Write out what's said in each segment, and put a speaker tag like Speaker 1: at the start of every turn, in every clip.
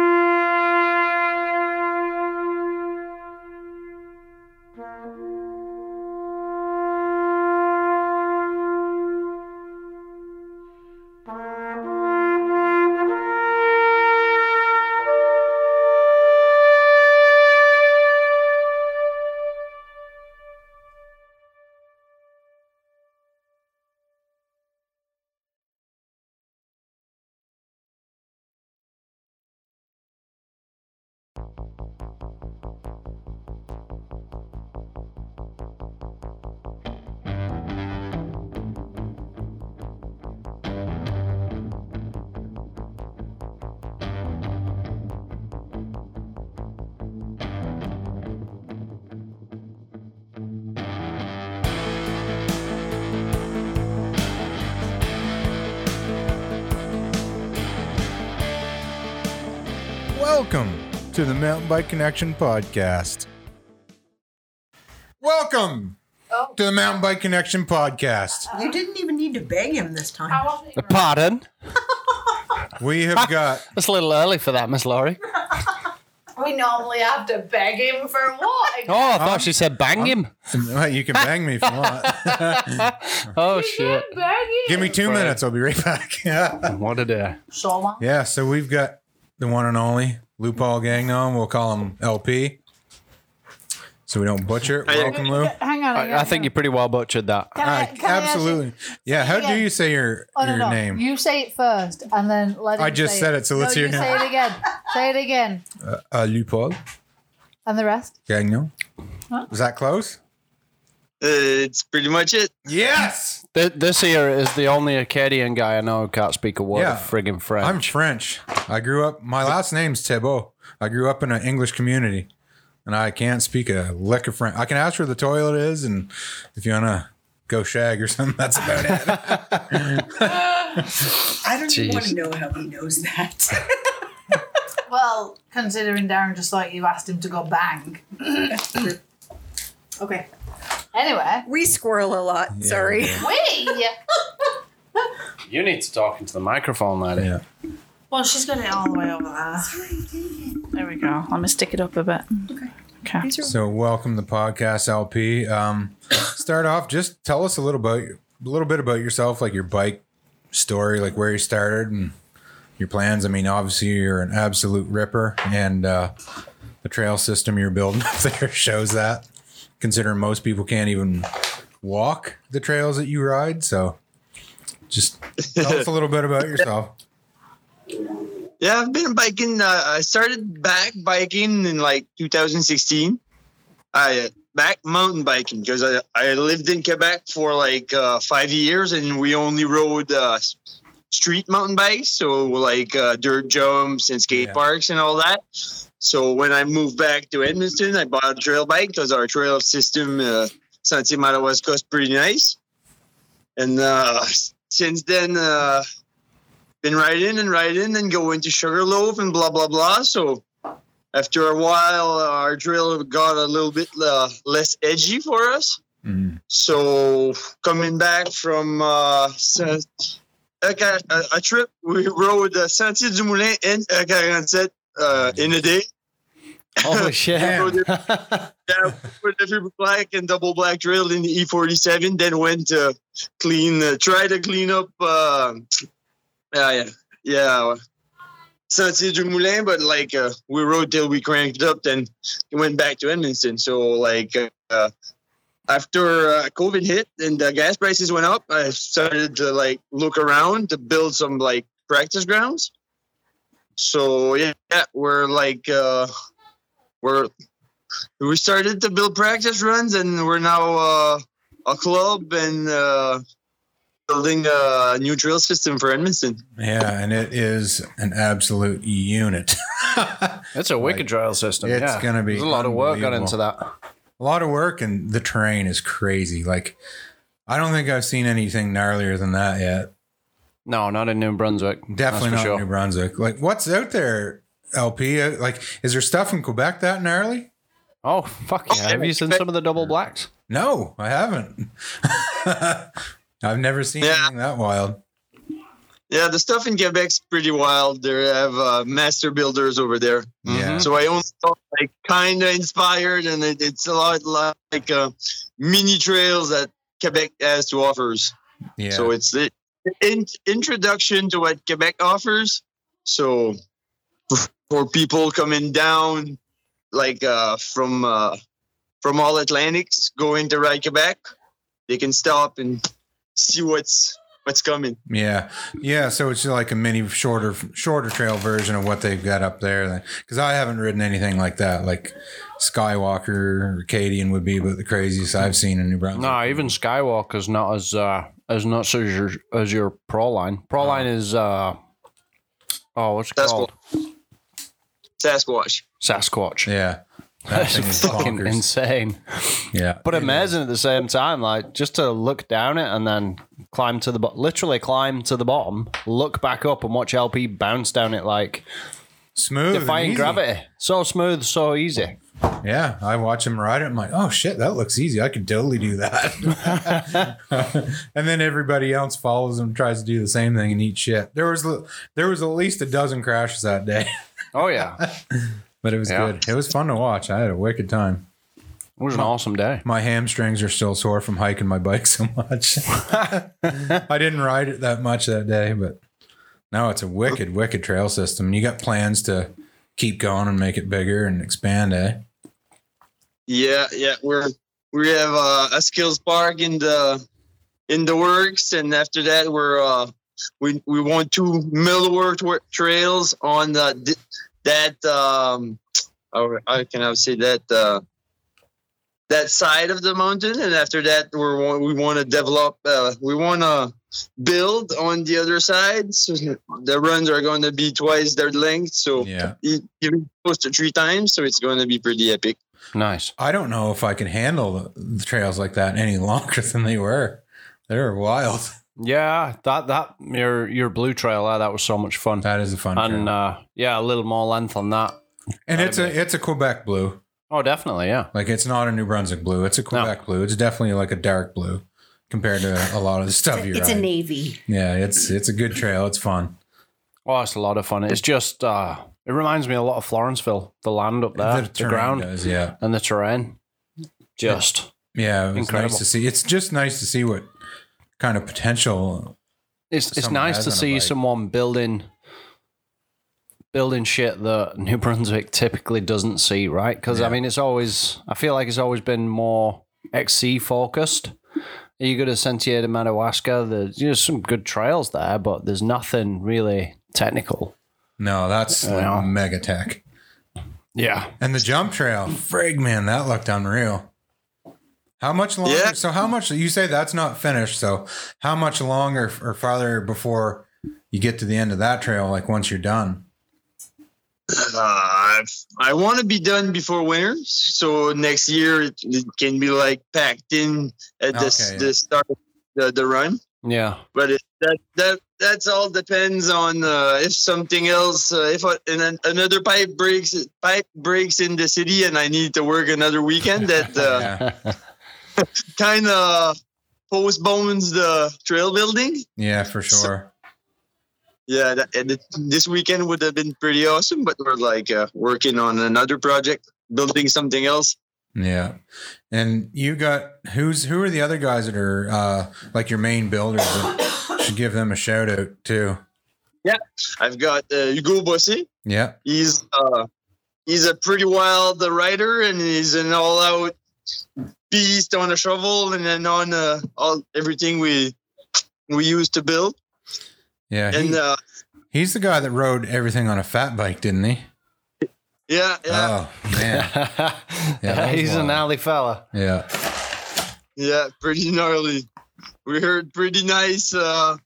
Speaker 1: Uh,
Speaker 2: Welcome to the Mountain Bike Connection podcast. Welcome
Speaker 3: Oh.
Speaker 2: to the Mountain Bike Connection podcast.
Speaker 4: Ah.
Speaker 3: You didn't even need to beg him this time.
Speaker 5: Pardon?
Speaker 2: We have got
Speaker 5: It's a little early for that, Miss Laurie.
Speaker 6: We normally have to beg him for what?
Speaker 5: Oh, I thought she said bang him.
Speaker 2: well, you can bang me if you want.
Speaker 5: Oh, shit.
Speaker 6: Beg him.
Speaker 2: Give me 2
Speaker 5: Right.
Speaker 2: minutes, I'll be right back. yeah,
Speaker 5: What a day.
Speaker 3: So long.
Speaker 2: so we've got the one and only Lou Paul Gagnon, we'll call him LP. So we don't butcher it. Welcome, Lou.
Speaker 4: Hang on.
Speaker 5: I, I think you pretty well butchered that.
Speaker 4: Can I-
Speaker 2: Uh,
Speaker 4: can I ask you-
Speaker 2: absolutely. Yeah, how do
Speaker 4: again?
Speaker 2: you say your
Speaker 4: Oh, no,
Speaker 2: your
Speaker 4: no.
Speaker 2: name?
Speaker 4: You say it first, and then let.
Speaker 2: I
Speaker 4: him
Speaker 2: just
Speaker 4: say
Speaker 2: said it, so let's
Speaker 4: no,
Speaker 2: hear
Speaker 4: you
Speaker 2: him.
Speaker 4: Say it again. Say it again,
Speaker 2: Uh, Lou Paul
Speaker 4: and the rest.
Speaker 2: Gagnon.
Speaker 4: Huh?
Speaker 2: Was that close?
Speaker 1: It's pretty much it.
Speaker 2: Yes.
Speaker 5: Th- This here is the only Acadian guy I know who can't speak a word
Speaker 2: Yeah.
Speaker 5: of friggin' French.
Speaker 2: I'm French. I grew up. My last name's Thibault. I grew up in an English community, and I can't speak a lick of French. I can ask where the toilet is, and if you wanna go shag or something, that's about it.
Speaker 3: I don't even want to
Speaker 5: Jeez.
Speaker 3: know how he knows that.
Speaker 4: Well, considering Darren just like you asked him to go bang.
Speaker 3: okay.
Speaker 4: Anyway,
Speaker 3: We squirrel a lot. Sorry.
Speaker 4: we.
Speaker 5: you need to talk into the microphone, lady.
Speaker 2: Yeah.
Speaker 4: Well, she's got it all the way over there.
Speaker 7: There we go. Let me stick it up a bit. Okay. Okay.
Speaker 2: So welcome to podcast LP. Um, start off. Just tell us a little about a little bit about yourself, like your bike story, like where you started and your plans. I mean, obviously you're an absolute ripper, and uh, the trail system you're building up there shows that. Considering most people can't even walk the trails that you ride, so just tell us a little bit about yourself.
Speaker 1: Yeah, I've been biking. Uh, I started back biking in like 2016. I uh, back mountain biking because I, I lived in Quebec for like uh, five years and we only rode uh, s- street mountain bikes, so like uh, dirt jumps and skate
Speaker 2: Yeah.
Speaker 1: parks and all that. So when I moved back to Edmonton, I bought a trail bike because our trail system uh, Sentier Madawaska is pretty nice. And uh, s- since then, uh, been riding and riding and going to Sugarloaf and blah blah blah. So after a while, uh, our drill got a little bit uh, less edgy for us.
Speaker 2: Mm-hmm.
Speaker 1: So coming back from uh, Saint- like a, a, a trip, we rode uh, Sentier du Moulin and uh, 47 uh, in a day.
Speaker 5: Holy shit.
Speaker 2: Damn.
Speaker 1: Yeah, with the triple black and double black drill in the E47, then went to clean, uh, try to clean up, uh, yeah, yeah, yeah, Sentier du Moulin, but like uh, we rode till we cranked up, then went back to Edmonton. So, like, uh, after uh, COVID hit and the gas prices went up, I started to like look around to build some like practice grounds. So, yeah, yeah, we're like, uh, we're we started to build practice runs and we're now uh, a club and uh, building a new drill system for Edmonton.
Speaker 2: Yeah, and it is an absolute unit.
Speaker 5: It's a wicked trail system.
Speaker 2: It's
Speaker 5: yeah.
Speaker 2: gonna be
Speaker 5: There's a lot of work gone
Speaker 2: unbelievable.
Speaker 5: into that.
Speaker 2: a lot of work and the terrain is crazy like i don't think i've seen anything gnarlier than that yet
Speaker 5: No, not in New Brunswick.
Speaker 2: definitely not
Speaker 5: That's for sure.
Speaker 2: new brunswick like what's out there lp Uh, like is there stuff in quebec that gnarly
Speaker 5: Oh, fuck yeah. Have you seen some of the double blacks?
Speaker 2: no i haven't i've never seen
Speaker 1: Yeah.
Speaker 2: anything that wild
Speaker 1: Yeah, the stuff in Quebec's pretty wild. They have uh, master builders over there.
Speaker 2: Yeah.
Speaker 1: So I only felt like kind of inspired, and it, it's a lot like uh, mini trails that Quebec has to offers.
Speaker 2: yeah
Speaker 1: So it's the in- introduction to what Quebec offers. So for- for people coming down, like uh, from uh, from all Atlantics going to ride Quebec, they can stop and see what's what's coming.
Speaker 2: Yeah, yeah. So it's like a mini shorter, shorter trail version of what they've got up there. Because I haven't ridden anything like that. Like Skywalker or Acadian would be, but the craziest I've seen in New Brunswick.
Speaker 5: No, even Skywalker's not as uh, as nuts as your as your Proline. Proline is uh oh, what's it
Speaker 1: Sasquatch.
Speaker 5: called?
Speaker 1: Sasquatch.
Speaker 5: Sasquatch.
Speaker 2: Yeah, that
Speaker 5: That's
Speaker 2: thing is
Speaker 5: fucking
Speaker 2: bonkers.
Speaker 5: insane,
Speaker 2: Yeah,
Speaker 5: but amazing at the same time. Like just to look down it and then climb to the bottom, literally climb to the bottom, look back up and watch LP bounce down it like
Speaker 2: smooth. and
Speaker 5: Defying
Speaker 2: easy.
Speaker 5: gravity. So smooth, so easy.
Speaker 2: Yeah, I watch him ride it. I'm like, oh shit, that looks easy. I could totally do that. and then everybody else follows him, tries to do the same thing, and eat shit. There was there was at least a dozen crashes that day,
Speaker 5: Oh yeah, it
Speaker 2: but it was
Speaker 5: Yeah.
Speaker 2: good. It was fun to watch. I had a wicked time.
Speaker 5: was an awesome day.
Speaker 2: My hamstrings are still sore from hiking my bike so much. I didn't ride it that much that day, but no, it's a wicked, wicked trail system. You got plans to keep going and make it bigger and expand, eh?
Speaker 1: Yeah, yeah, we're we have uh, a skills park in the in the works, and after that, we're uh, we we want two middleware tra- trails on uh, di- that um, or I can I say that uh, that side of the mountain, and after that, we're wa- we want to develop, uh, we want to build on the other side. So the runs are going to be twice their length, so
Speaker 2: Yeah.
Speaker 1: you you close to three times, so it's going to be pretty epic.
Speaker 5: Nice.
Speaker 2: I don't know if I can handle the, the trails like that any longer than they were. They were wild.
Speaker 5: Yeah, that that your your blue trail there, that was so much fun.
Speaker 2: That is a fun
Speaker 5: And
Speaker 2: trail.
Speaker 5: uh, yeah, a little more length on that.
Speaker 2: and it's a it's a Quebec blue.
Speaker 5: Oh, definitely. Yeah.
Speaker 2: Like it's not a New Brunswick blue. It's a Quebec blue. It's definitely like a dark blue compared to a lot of the stuff you
Speaker 3: It's a
Speaker 2: ride.
Speaker 3: navy.
Speaker 2: yeah, it's it's a good trail. It's fun.
Speaker 5: Oh, it's a lot of fun. It's just uh, it reminds me a lot of Florenceville, the land up there, the,
Speaker 2: terrain
Speaker 5: ground
Speaker 2: does, yeah.
Speaker 5: and the terrain. Just
Speaker 2: Yeah, it was
Speaker 5: Incredible.
Speaker 2: nice to see. It's just nice to see what kind of potential
Speaker 5: it's it's
Speaker 2: Someone
Speaker 5: nice
Speaker 2: has
Speaker 5: to
Speaker 2: on a
Speaker 5: see
Speaker 2: bike.
Speaker 5: someone building building shit that New Brunswick typically doesn't see, right? Because I
Speaker 2: Yeah.
Speaker 5: mean, it's always I feel like it's always been more XC focused. You go to Santiago de Madawaska, there's you know, some good trails there, but there's nothing really technical.
Speaker 2: no, that's
Speaker 5: Yeah.
Speaker 2: like mega tech.
Speaker 5: Yeah,
Speaker 2: And the jump trail, frig man, that looked unreal. How much longer?
Speaker 1: Yeah.
Speaker 2: So how much? You say that's not finished. So how much longer or farther before you get to the end of that trail? Like once you're done,
Speaker 1: Uh, I want to be done before winter, so next year it, it can be like packed in at the, s
Speaker 2: Okay.
Speaker 1: the start of the, the run.
Speaker 5: yeah.
Speaker 1: But it, that that that's all depends on uh, if something else, uh, if a, and an, another pipe breaks, pipe breaks in the city, and I need to work another weekend. That uh,
Speaker 2: yeah,
Speaker 1: kind of postpones the trail building.
Speaker 2: yeah, for sure.
Speaker 1: Yeah, that, and it, this weekend would have been pretty awesome, but we're like uh, working on another project, building something else.
Speaker 2: Yeah, and you got who's who are the other guys that are uh, like your main builders? that should give them a shout out too.
Speaker 1: I've got uh, Hugo Bossy.
Speaker 2: Yeah,
Speaker 1: He's uh, he's a pretty wild uh, rider, and he's an all-out beast on a shovel, and then on uh, all everything we we use to build.
Speaker 2: yeah.
Speaker 1: And
Speaker 2: he-
Speaker 1: uh,
Speaker 2: he's the guy that rode everything on a fat bike, didn't he?
Speaker 1: yeah, yeah,
Speaker 2: Oh man, that was
Speaker 5: he's an
Speaker 2: wild.
Speaker 5: alley fella.
Speaker 2: yeah.
Speaker 1: yeah, pretty gnarly. We heard pretty nice, uh,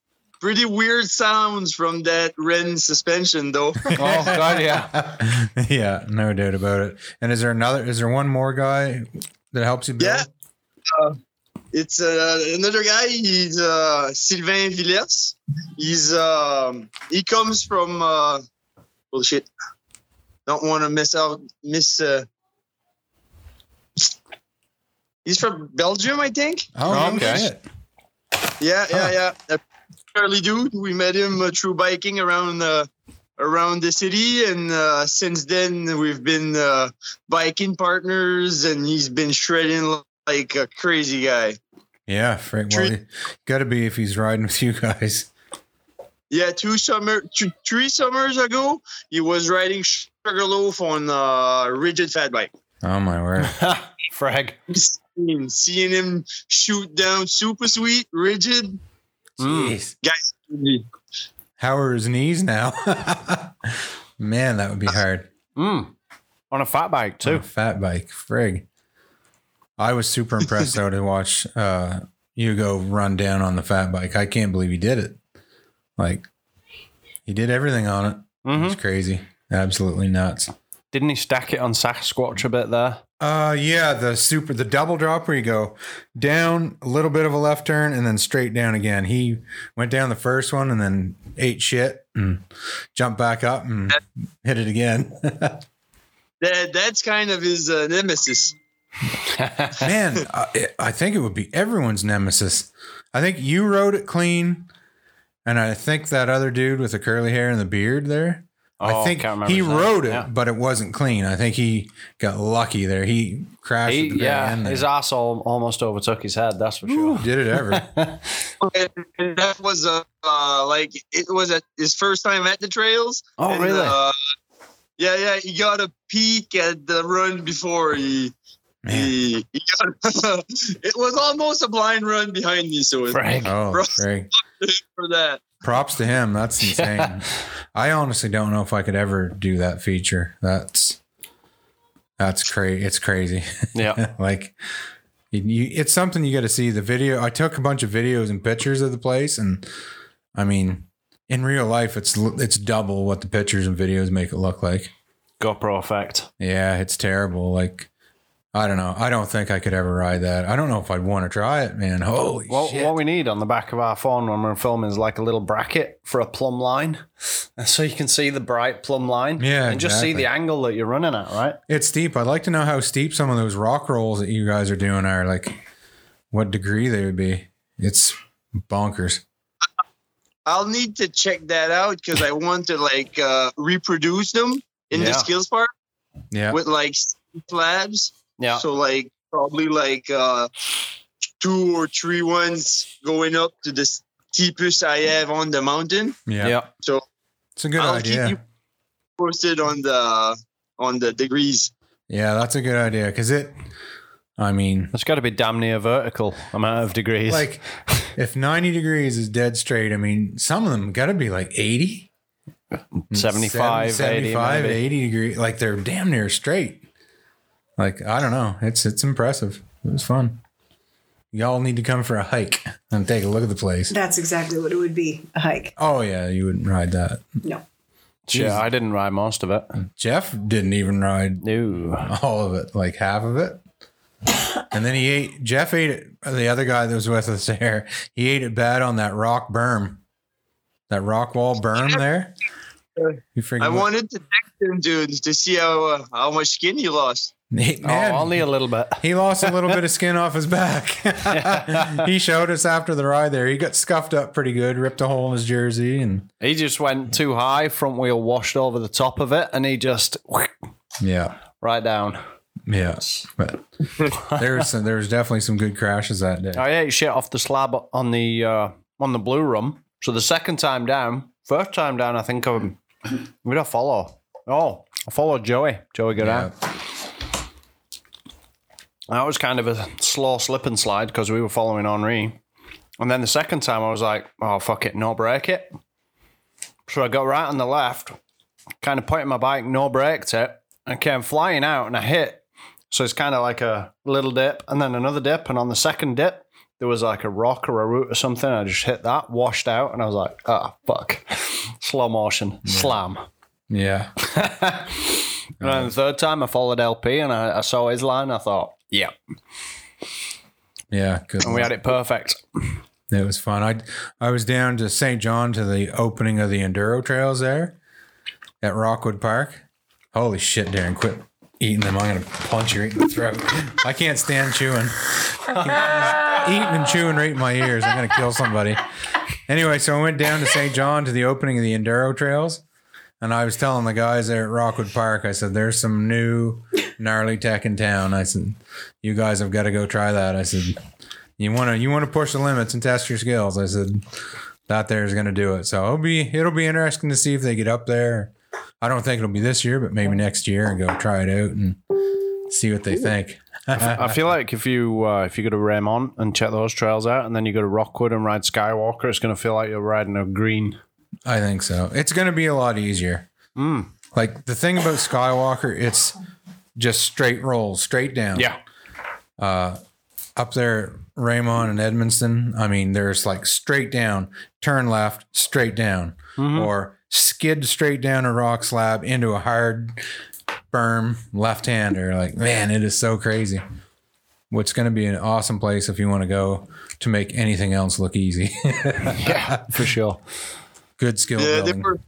Speaker 1: pretty weird sounds from that Ren suspension, though.
Speaker 5: Oh god, yeah.
Speaker 2: yeah, no doubt about it. And is there another? Is there one more guy that helps you build?
Speaker 1: Yeah. it's uh, another guy. He's uh, Sylvain Villers. He's um, he comes from uh, bullshit. Don't want to miss out. Miss. Uh, he's from Belgium, I think.
Speaker 2: Oh, okay.
Speaker 5: Oh, okay.
Speaker 2: Shit.
Speaker 1: Yeah,
Speaker 2: Huh.
Speaker 1: yeah, yeah. A Charlie dude. We met him uh, through biking around uh, around the city, and uh, since then we've been uh, biking partners, and he's been shredding like a crazy guy.
Speaker 2: Yeah, Frank. Well, got to be if he's riding with you guys.
Speaker 1: Yeah, two summer, two, three summers ago, he was riding Sugarloaf on a rigid fat bike.
Speaker 2: Oh my word!
Speaker 5: Frag.
Speaker 1: And seeing him shoot down super sweet, rigid
Speaker 5: Mm.
Speaker 1: guys.
Speaker 2: How are his knees now? Man, that would be hard.
Speaker 5: Mm. On a fat bike
Speaker 2: On
Speaker 5: too.
Speaker 2: a Oh, fat bike, frig. I was super impressed though to watch uh, Hugo run down on the fat bike. I can't believe he did it. Like he did everything on it.
Speaker 5: hmm
Speaker 2: It's crazy. Absolutely nuts.
Speaker 5: Didn't he stack it on Sasquatch a bit there?
Speaker 2: Uh, yeah, the super, the double drop where you go down a little bit of a left turn and then straight down again. He went down the first one and then ate shit and jumped back up and hit it again.
Speaker 1: That that's kind of his uh, nemesis.
Speaker 2: Man, I, I think it would be everyone's nemesis. I think you rode it clean, and I think that other dude with the curly hair and the beard there.
Speaker 5: Oh,
Speaker 2: I think
Speaker 5: can't remember
Speaker 2: he
Speaker 5: his name.
Speaker 2: rode it,
Speaker 5: Yeah.
Speaker 2: but it wasn't clean. I think he got lucky there. He crashed.
Speaker 5: He,
Speaker 2: at the very
Speaker 5: yeah,
Speaker 2: end there.
Speaker 5: his asshole almost overtook his head. That's for sure.
Speaker 2: Did it ever?
Speaker 1: And and that was uh, uh like it was at his first time at the trails.
Speaker 5: Oh,
Speaker 1: And,
Speaker 5: really?
Speaker 1: uh, yeah, yeah. He got a peek at the run before he. He, he got, it was almost a blind run behind me, so it's
Speaker 5: Frank.
Speaker 2: oh,
Speaker 1: Ross-
Speaker 2: great.
Speaker 1: for that.
Speaker 2: Props to him. That's insane. I honestly don't know if I could ever do that feature. That's that's crazy. It's crazy.
Speaker 5: Yeah.
Speaker 2: like you- you, it's something you got to see the video i took a bunch of videos and pictures of the place and i mean in real life it's l- it's double what the pictures and videos make it look like
Speaker 5: GoPro effect.
Speaker 2: yeah it's terrible like i don't know i don't think i could ever ride that i don't know if i'd want to try it man holy
Speaker 5: What,
Speaker 2: shit
Speaker 5: what we need on the back of our phone when we're filming is like a little bracket for a plumb line. So you can see the bright plumb line.
Speaker 2: Yeah,
Speaker 5: And just see
Speaker 2: exactly.
Speaker 5: the angle that you're running at, right?
Speaker 2: it's steep i'd like to know how steep some of those rock rolls that you guys are doing are like what degree they would be it's bonkers
Speaker 1: I'll need to check that out because I want to like uh, reproduce them in the
Speaker 5: Yeah.
Speaker 1: skills part
Speaker 2: yeah
Speaker 1: with like slabs.
Speaker 5: Yeah.
Speaker 1: So like probably like uh, two or three ones going up to the steepest I have on the mountain.
Speaker 2: yeah,
Speaker 5: yeah.
Speaker 1: So
Speaker 2: it's a good
Speaker 1: I'll
Speaker 2: idea
Speaker 1: keep you posted on the on the degrees.
Speaker 2: Yeah, that's a good idea because it. I mean,
Speaker 5: It's got to be damn near vertical amount of degrees.
Speaker 2: like if ninety degrees is dead straight, I mean, some of them got to be like 80,
Speaker 5: 75,
Speaker 2: 75,
Speaker 5: 80. maybe.
Speaker 2: 80 degree. Like they're damn near straight. Like I don't know, it's it's impressive. It was fun. Y'all need to come for a hike and take a look at the place.
Speaker 3: That's exactly what it would be a hike.
Speaker 2: Oh yeah, you wouldn't ride that.
Speaker 3: No.
Speaker 5: Shit, I didn't ride most of it.
Speaker 2: Jeff didn't even ride
Speaker 5: No.
Speaker 2: all of it, like half of it. And then he ate. Jeff ate it. The other guy that was with us there, he ate it bad on that rock berm, that rock wall berm there. You freaking
Speaker 5: Mm-hmm.
Speaker 1: Uh, I wanted to text him, dude, to see how uh, how much skin he lost.
Speaker 2: Hey, man,
Speaker 5: Oh, only a little bit.
Speaker 2: he lost a little bit of skin off his back. he showed us after the ride there. He got scuffed up pretty good, ripped a hole in his jersey, and
Speaker 5: He just went too high, front wheel washed over the top of it, and he just
Speaker 2: yeah,
Speaker 5: right down.
Speaker 2: yeah. But there was some, there was definitely some good crashes that day.
Speaker 5: I ate shit off the slab on the uh, on the blue rum. So the second time down, first time down, I think I'm who'd I follow? Oh, I followed Joey. Joey got
Speaker 2: Yeah.
Speaker 5: out. That was kind of a slow slip and slide because we were following Henri. And then the second time I was like, oh fuck it, no brake it. So I got right on the left, kind of pointed my bike, no braked it, and came flying out and I hit. So it's kind of like a little dip and then another dip. And on the second dip, there was like a rock or a root or something. I just hit that, washed out, and I was like, ah, fuck. Slow motion, slam.
Speaker 2: yeah.
Speaker 5: And then the third time I followed LP and I, I saw his line. I thought, yeah.
Speaker 2: Yeah, good.
Speaker 5: And we had it perfect.
Speaker 2: It was fun. I I was down to St. John to the opening of the enduro trails there at Rockwood Park. Holy shit, Darren, quit eating them. I'm gonna punch you right in the throat. I can't stand chewing. eating and chewing right in my ears. I'm gonna kill somebody. Anyway, so I went down to St. John to the opening of the enduro trails. And I was telling the guys there at Rockwood Park, I said, there's some new gnarly tech in town. I said, you guys have got to go try that. I said, you want to you want to push the limits and test your skills. I said that there is going to do it. So it'll be it'll be interesting to see if they get up there. I don't think it'll be this year, but maybe next year and go try it out and see what they think.
Speaker 5: I feel like if you uh, if you go to Raymond and check those trails out, and then you go to Rockwood and ride Skywalker, it's going to feel like you're riding a green.
Speaker 2: I think so. It's going to be a lot easier. Like the thing about Skywalker, it's just straight rolls, straight down. up there, Raymond and Edmonston, I mean, there's like straight down, turn left,
Speaker 5: Mm-hmm.
Speaker 2: straight down, or skid straight down a rock slab into a hard firm left hander. Like, man, it is so crazy. What's going to be an awesome place if you want to go to make anything else look easy.
Speaker 5: yeah, for sure.
Speaker 2: Good skill
Speaker 1: Yeah, they
Speaker 2: building.
Speaker 1: were,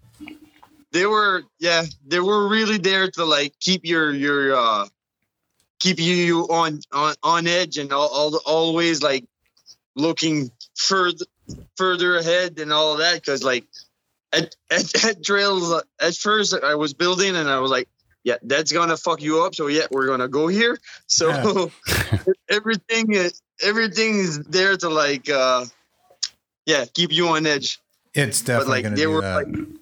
Speaker 1: they were, yeah, they were really there to like keep your your uh keep you- you on on on edge and all, all always like looking further further ahead and all that because like at, at at drills at first I was building and I was like. Yeah, that's gonna fuck you up. So yeah, we're gonna go here. So everything, is- everything is there to like, uh yeah, keep you on edge.
Speaker 2: it's definitely
Speaker 1: like,
Speaker 2: going to
Speaker 1: they
Speaker 2: do
Speaker 1: were,
Speaker 2: that.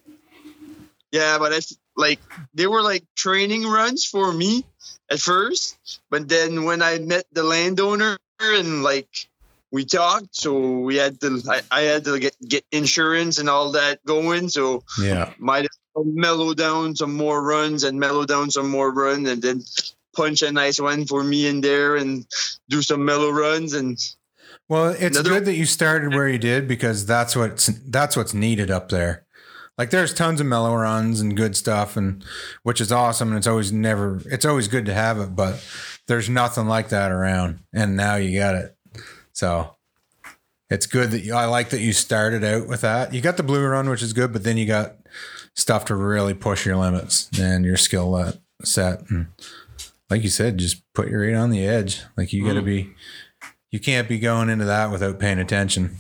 Speaker 1: Yeah, but it's like they were like training runs for me at first, but then when I met the landowner and like we talked, so we had to I, I had to get get insurance and all that going, so
Speaker 2: yeah.
Speaker 1: might as well mellow down some more runs and mellow down some more run and then punch a nice one for me in there and do some mellow runs and
Speaker 2: Well, it's
Speaker 1: Another-
Speaker 2: good that you started where you did because that's what's that's what's needed up there. Like there's tons of mellow runs and good stuff and which is awesome and it's always never it's always good to have it, but there's nothing like that around and now you got it. So it's good that you I like that you started out with that. You got the blue run, which is good, but then you got stuff to really push your limits and your skill le- set. And like you said, just put your eight on the edge. Like you
Speaker 1: Mm.
Speaker 2: gotta be you can't be going into that without paying attention.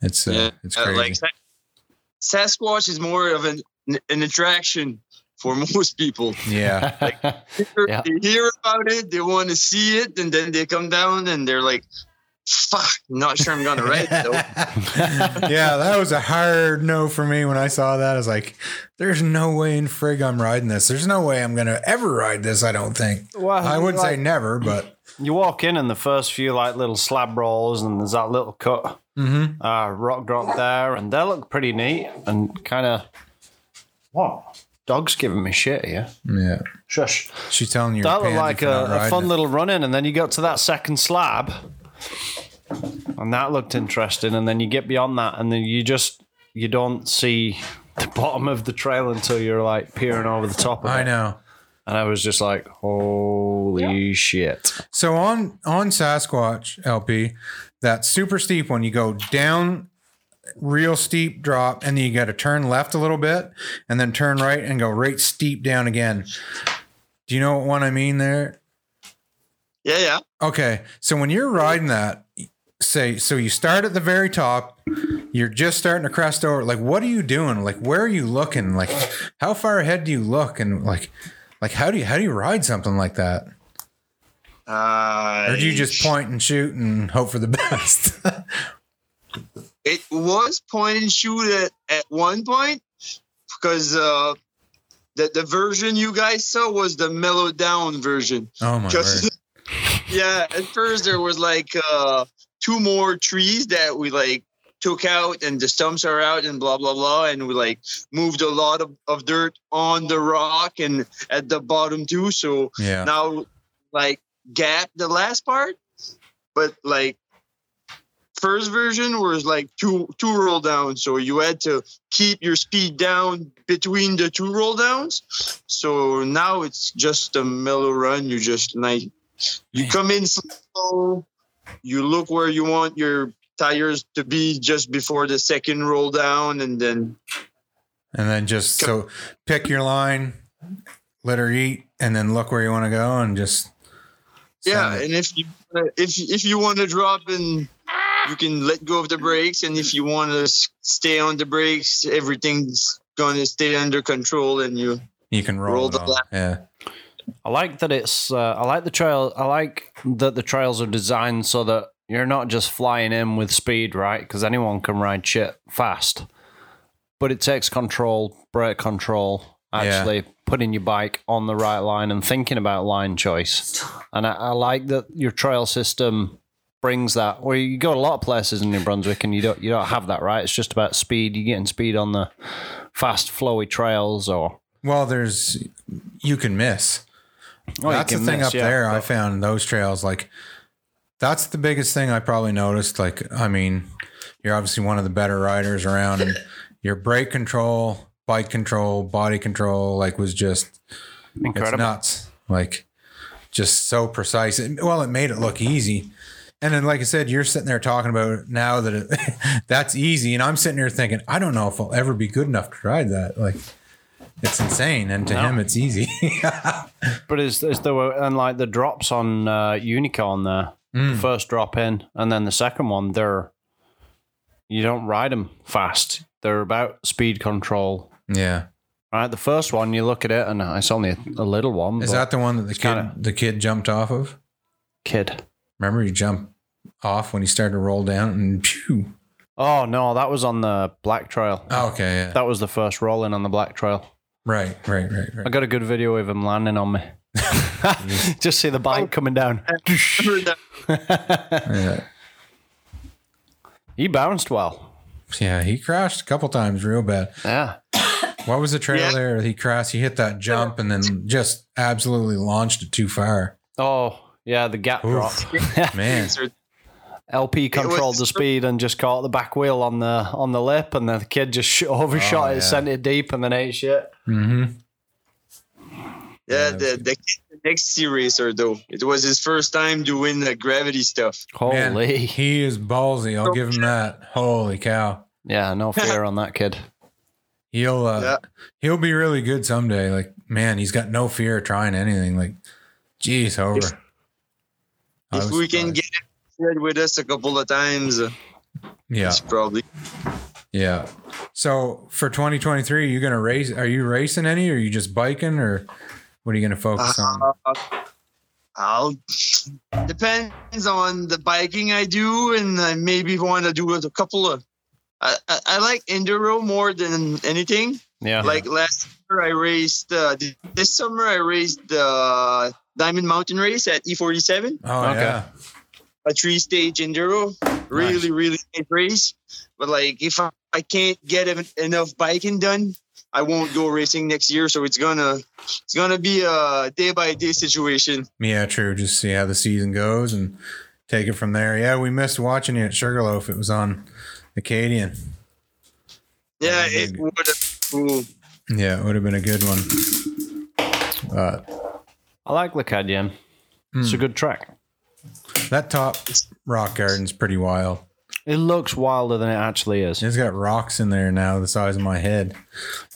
Speaker 2: It's uh,
Speaker 1: Yeah,
Speaker 2: it's
Speaker 1: Uh,
Speaker 2: crazy.
Speaker 1: like Sas- Sasquatch is more of an an attraction for most people.
Speaker 2: yeah,
Speaker 5: Yeah.
Speaker 1: They hear about it, they want to see it, and then they come down and they're like, "Fuck, not sure I'm gonna write it, though."
Speaker 2: yeah, that was a hard no for me when I saw that. I was like, "There's no way in frig I'm riding this. There's no way I'm gonna ever ride this. I don't think.
Speaker 5: Well,
Speaker 2: I would
Speaker 5: Oh, like-
Speaker 2: say never, but
Speaker 5: You walk in and the first few like little slab rolls and there's that little cut
Speaker 2: Mhm.
Speaker 5: uh, rock drop there and they look pretty neat and kind of what dog's giving me shit here.
Speaker 2: yeah,
Speaker 5: Shush.
Speaker 2: she's telling you
Speaker 5: That
Speaker 2: your
Speaker 5: looked
Speaker 2: pans
Speaker 5: like
Speaker 2: if you're
Speaker 5: a,
Speaker 2: not
Speaker 5: a
Speaker 2: riding
Speaker 5: fun
Speaker 2: it.
Speaker 5: little run in and then you got to that second slab and that looked interesting and then you get beyond that and then you just you don't see the bottom of the trail until you're like peering over the top of
Speaker 2: I
Speaker 5: it.
Speaker 2: know.
Speaker 5: And I was just like, holy shit.
Speaker 2: So on on Sasquatch LP, that super steep one, you go down real steep drop, and then you got to turn left a little bit, and then turn right and go right steep down again. Do you know what one I mean there?
Speaker 1: Yeah, yeah.
Speaker 2: Okay, so when you're riding that, say so you start at the very top, you're just starting to crest over. Like, what are you doing? Like, where are you looking? Like, how far ahead do you look? And like, like how do you how do you ride something like that?
Speaker 1: Uh,
Speaker 2: Or do you just point and shoot and hope for the best?
Speaker 1: It was point and shoot at, at one point because uh, the the version you guys saw was the mellow down version.
Speaker 2: oh my
Speaker 1: Because
Speaker 2: word!
Speaker 1: yeah, at first there was like uh, two more trees that we like took out and the stumps are out and blah blah blah and we like moved a lot of, of dirt on the rock and at the bottom too so
Speaker 2: Yeah,
Speaker 1: now like gap the last part but like first version was like two two roll downs so you had to keep your speed down between the two roll downs so now it's just a mellow run you just like you come in slow you look where you want your tires to be just before the second roll down and then
Speaker 2: and then just so pick your line, let her eat, and then look where you want to go, and just
Speaker 1: Yeah,
Speaker 2: send it.
Speaker 1: and if you uh, if if you want to drop and you can let go of the brakes, and if you want to stay on the brakes, everything's gonna stay under control, and you
Speaker 2: you can roll,
Speaker 1: roll
Speaker 2: it
Speaker 1: the
Speaker 2: on.
Speaker 1: lap.
Speaker 2: Yeah,
Speaker 5: I like that it's. Uh, I like the trail. I like that the trails are designed so that you're not just flying in with speed, right? Because anyone can ride shit fast, but it takes control, brake control. Actually, putting your bike on the right line and thinking about line choice. And I, I like that your trail system brings that. Or you go to a lot of places in New Brunswick and you don't you don't have that, right? It's just about speed. You're getting speed on the fast, flowy trails, or
Speaker 2: well, there's you can miss.
Speaker 5: Oh, you
Speaker 2: that's the
Speaker 5: can
Speaker 2: thing
Speaker 5: miss,
Speaker 2: up
Speaker 5: yeah.
Speaker 2: there. I found those trails like that's the biggest thing I probably noticed. Like, I mean, you're obviously one of the better riders around, and your brake control, bike control, body control, like was just
Speaker 5: Incredible.
Speaker 2: It's nuts. Like just so precise. And, well, it made it look easy. And then, like I said, you're sitting there talking about it now that it, that's easy, and I'm sitting here thinking, I don't know if I'll ever be good enough to ride that. Like, it's insane, and to
Speaker 5: No.
Speaker 2: him, it's easy.
Speaker 5: But as, as there were, and like the drops on uh, Unicorn there,
Speaker 2: Hmm.
Speaker 5: the
Speaker 2: Mm,
Speaker 5: first drop in, and then the second one, they're, you don't ride them fast. They're about speed control.
Speaker 2: yeah,
Speaker 5: Right, the first one you look at it and uh, it's only a, a little one.
Speaker 2: is
Speaker 5: but
Speaker 2: that the one that the kid
Speaker 5: kinda-
Speaker 2: the kid jumped off of?
Speaker 5: kid?
Speaker 2: Remember, he jumped off when he started to roll down, and pew.
Speaker 5: Oh no, that was on the Black Trail.
Speaker 2: Oh, okay, yeah.
Speaker 5: That was the first rolling on the Black Trail.
Speaker 2: right, right, right,
Speaker 5: I
Speaker 2: right.
Speaker 5: got a good video of him landing on me. Just see the bike coming down.
Speaker 1: Remember that?
Speaker 2: Yeah.
Speaker 5: He bounced well.
Speaker 2: yeah, he crashed a couple times real bad.
Speaker 5: Yeah.
Speaker 2: What was the trail
Speaker 1: Yeah.
Speaker 2: there? He crashed. He hit that jump and then just absolutely launched it too far.
Speaker 5: Oh yeah, the gap
Speaker 2: Oof.
Speaker 5: drop.
Speaker 2: Man,
Speaker 5: LP controlled the speed and just caught the back wheel on the on the lip, and the kid just sh- overshot
Speaker 2: Oh, yeah.
Speaker 5: it, sent it deep, and then ate shit.
Speaker 2: Mm-hmm.
Speaker 1: Yeah, the, the, the next racer though. It was his first time doing the gravity stuff.
Speaker 5: Holy.
Speaker 2: Man, he is ballsy. I'll give him that. Holy cow.
Speaker 5: Yeah, no fear on that kid.
Speaker 2: He'll uh,
Speaker 1: Yeah.
Speaker 2: he'll be really good someday. Like man, he's got no fear of trying anything. Like, geez, over. I
Speaker 1: if
Speaker 2: was
Speaker 1: we
Speaker 2: surprised.
Speaker 1: can get him shared with us a couple of times, uh,
Speaker 2: yeah,
Speaker 1: it's probably.
Speaker 2: yeah. So for 2023, you gonna race? Are you racing any? Or are you just biking? Or what are you gonna focus on?
Speaker 1: I'll depends on the biking I do, and I maybe want to do a couple of. I, I, I like enduro more than anything.
Speaker 5: Yeah.
Speaker 1: Like last summer, I raced. Uh, th- this summer, I raced the uh, Diamond Mountain Race at E47,
Speaker 2: Oh
Speaker 5: Okay.
Speaker 2: yeah,
Speaker 1: a three-stage enduro. Really, really nice race. But like, if I, I can't get en- enough biking done, I won't go racing next year. So it's gonna it's gonna be a day-by-day situation.
Speaker 2: yeah. True. Just see how the season goes and take it from there. Yeah, we missed watching you at Sugarloaf. It was on Acadian. Yeah,
Speaker 1: Yeah, it
Speaker 2: maybe.
Speaker 1: would have cool.
Speaker 2: Yeah, it would have been a good one. Uh,
Speaker 5: I like Lacadian. It's
Speaker 2: Hmm.
Speaker 5: a good track.
Speaker 2: That top rock garden's pretty wild.
Speaker 5: It looks wilder than it actually is.
Speaker 2: It's got rocks in there now the size of my head,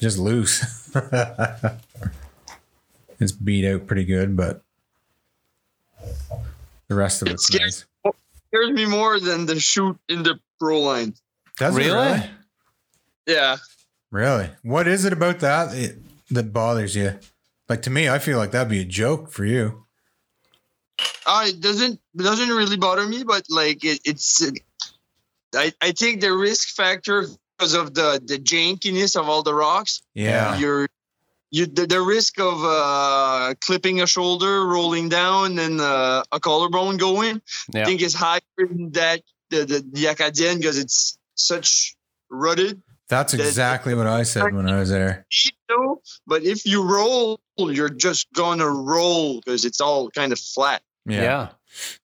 Speaker 2: just loose. it's beat out pretty good, but the rest of it's nice.
Speaker 1: scares me more than the shoot in the pro line.
Speaker 2: Does it
Speaker 5: Really?
Speaker 2: really?
Speaker 1: Yeah,
Speaker 2: Really? What is it about that it, that bothers you? Like to me, I feel like that'd be a joke for you.
Speaker 1: uh, it doesn't it doesn't really bother me, but like it, it's, I I take the risk factor because of the the jankiness of all the rocks.
Speaker 2: Yeah.
Speaker 1: You're you the, the risk of uh, clipping a shoulder, rolling down, and uh, a collarbone going.
Speaker 5: Yeah.
Speaker 1: I think is higher than that the the, the Acadienne because it's such rutted.
Speaker 2: That's
Speaker 1: That-
Speaker 2: exactly what I said when I was there.
Speaker 1: speed, though. But if you roll, you're just gonna roll because it's all kind of flat.
Speaker 5: yeah.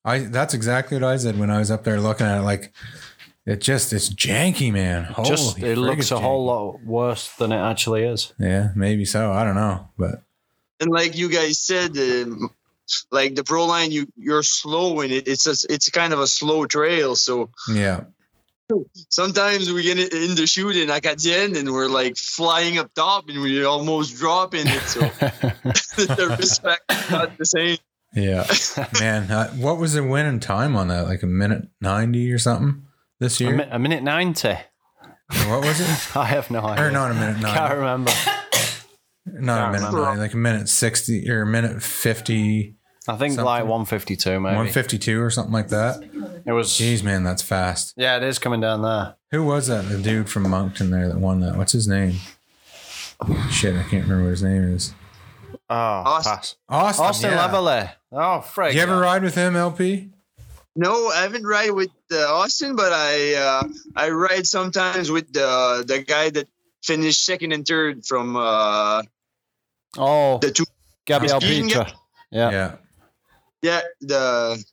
Speaker 2: I that's exactly what I said when I was up there looking at it. Like it just it's janky, man. Holy
Speaker 5: Just
Speaker 2: frig,
Speaker 5: it looks
Speaker 2: it's
Speaker 5: a whole
Speaker 2: janky.
Speaker 5: lot worse than it actually is.
Speaker 2: Yeah, maybe so. I don't know, but
Speaker 1: And like you guys said, um, like the pro line, you you're slow and it. It's a, it's kind of a slow trail. So
Speaker 2: yeah,
Speaker 1: sometimes we get in in the shoot in Acadienne and we're like flying up top and we almost drop in it. So the respect is not the same.
Speaker 2: yeah, man. Uh, what was the win in time on that? Like a minute ninety or something this
Speaker 5: A,
Speaker 2: year?
Speaker 5: mi- a minute ninety.
Speaker 2: what was it?
Speaker 5: I have no idea.
Speaker 2: Or not a minute
Speaker 5: Can't
Speaker 2: ninety?
Speaker 5: remember.
Speaker 2: Not a minute
Speaker 5: remember.
Speaker 2: ninety. Like a minute sixty or a minute fifty,
Speaker 5: I think
Speaker 2: Something.
Speaker 5: like one fifty two maybe.
Speaker 2: one fifty two or something like that.
Speaker 5: It was
Speaker 2: Jeez, man, that's fast.
Speaker 5: yeah, it is coming down there.
Speaker 2: Who was that? The dude from Moncton there that won that. What's his name? Shit, I can't remember what his name is.
Speaker 5: Oh
Speaker 1: Austin.
Speaker 5: pass.
Speaker 2: Austin.
Speaker 5: Austin
Speaker 2: yeah.
Speaker 5: Lavallee. Oh frig.
Speaker 2: You ever
Speaker 5: yeah.
Speaker 2: ride with him, LP?
Speaker 1: No, I haven't ride with uh, Austin, but I uh, I ride sometimes with the the guy that finished second and third from uh,
Speaker 5: Oh
Speaker 1: the two.
Speaker 5: Gabriel
Speaker 1: Speaking
Speaker 5: Petra. Yeah.
Speaker 2: Yeah.
Speaker 1: Yeah, the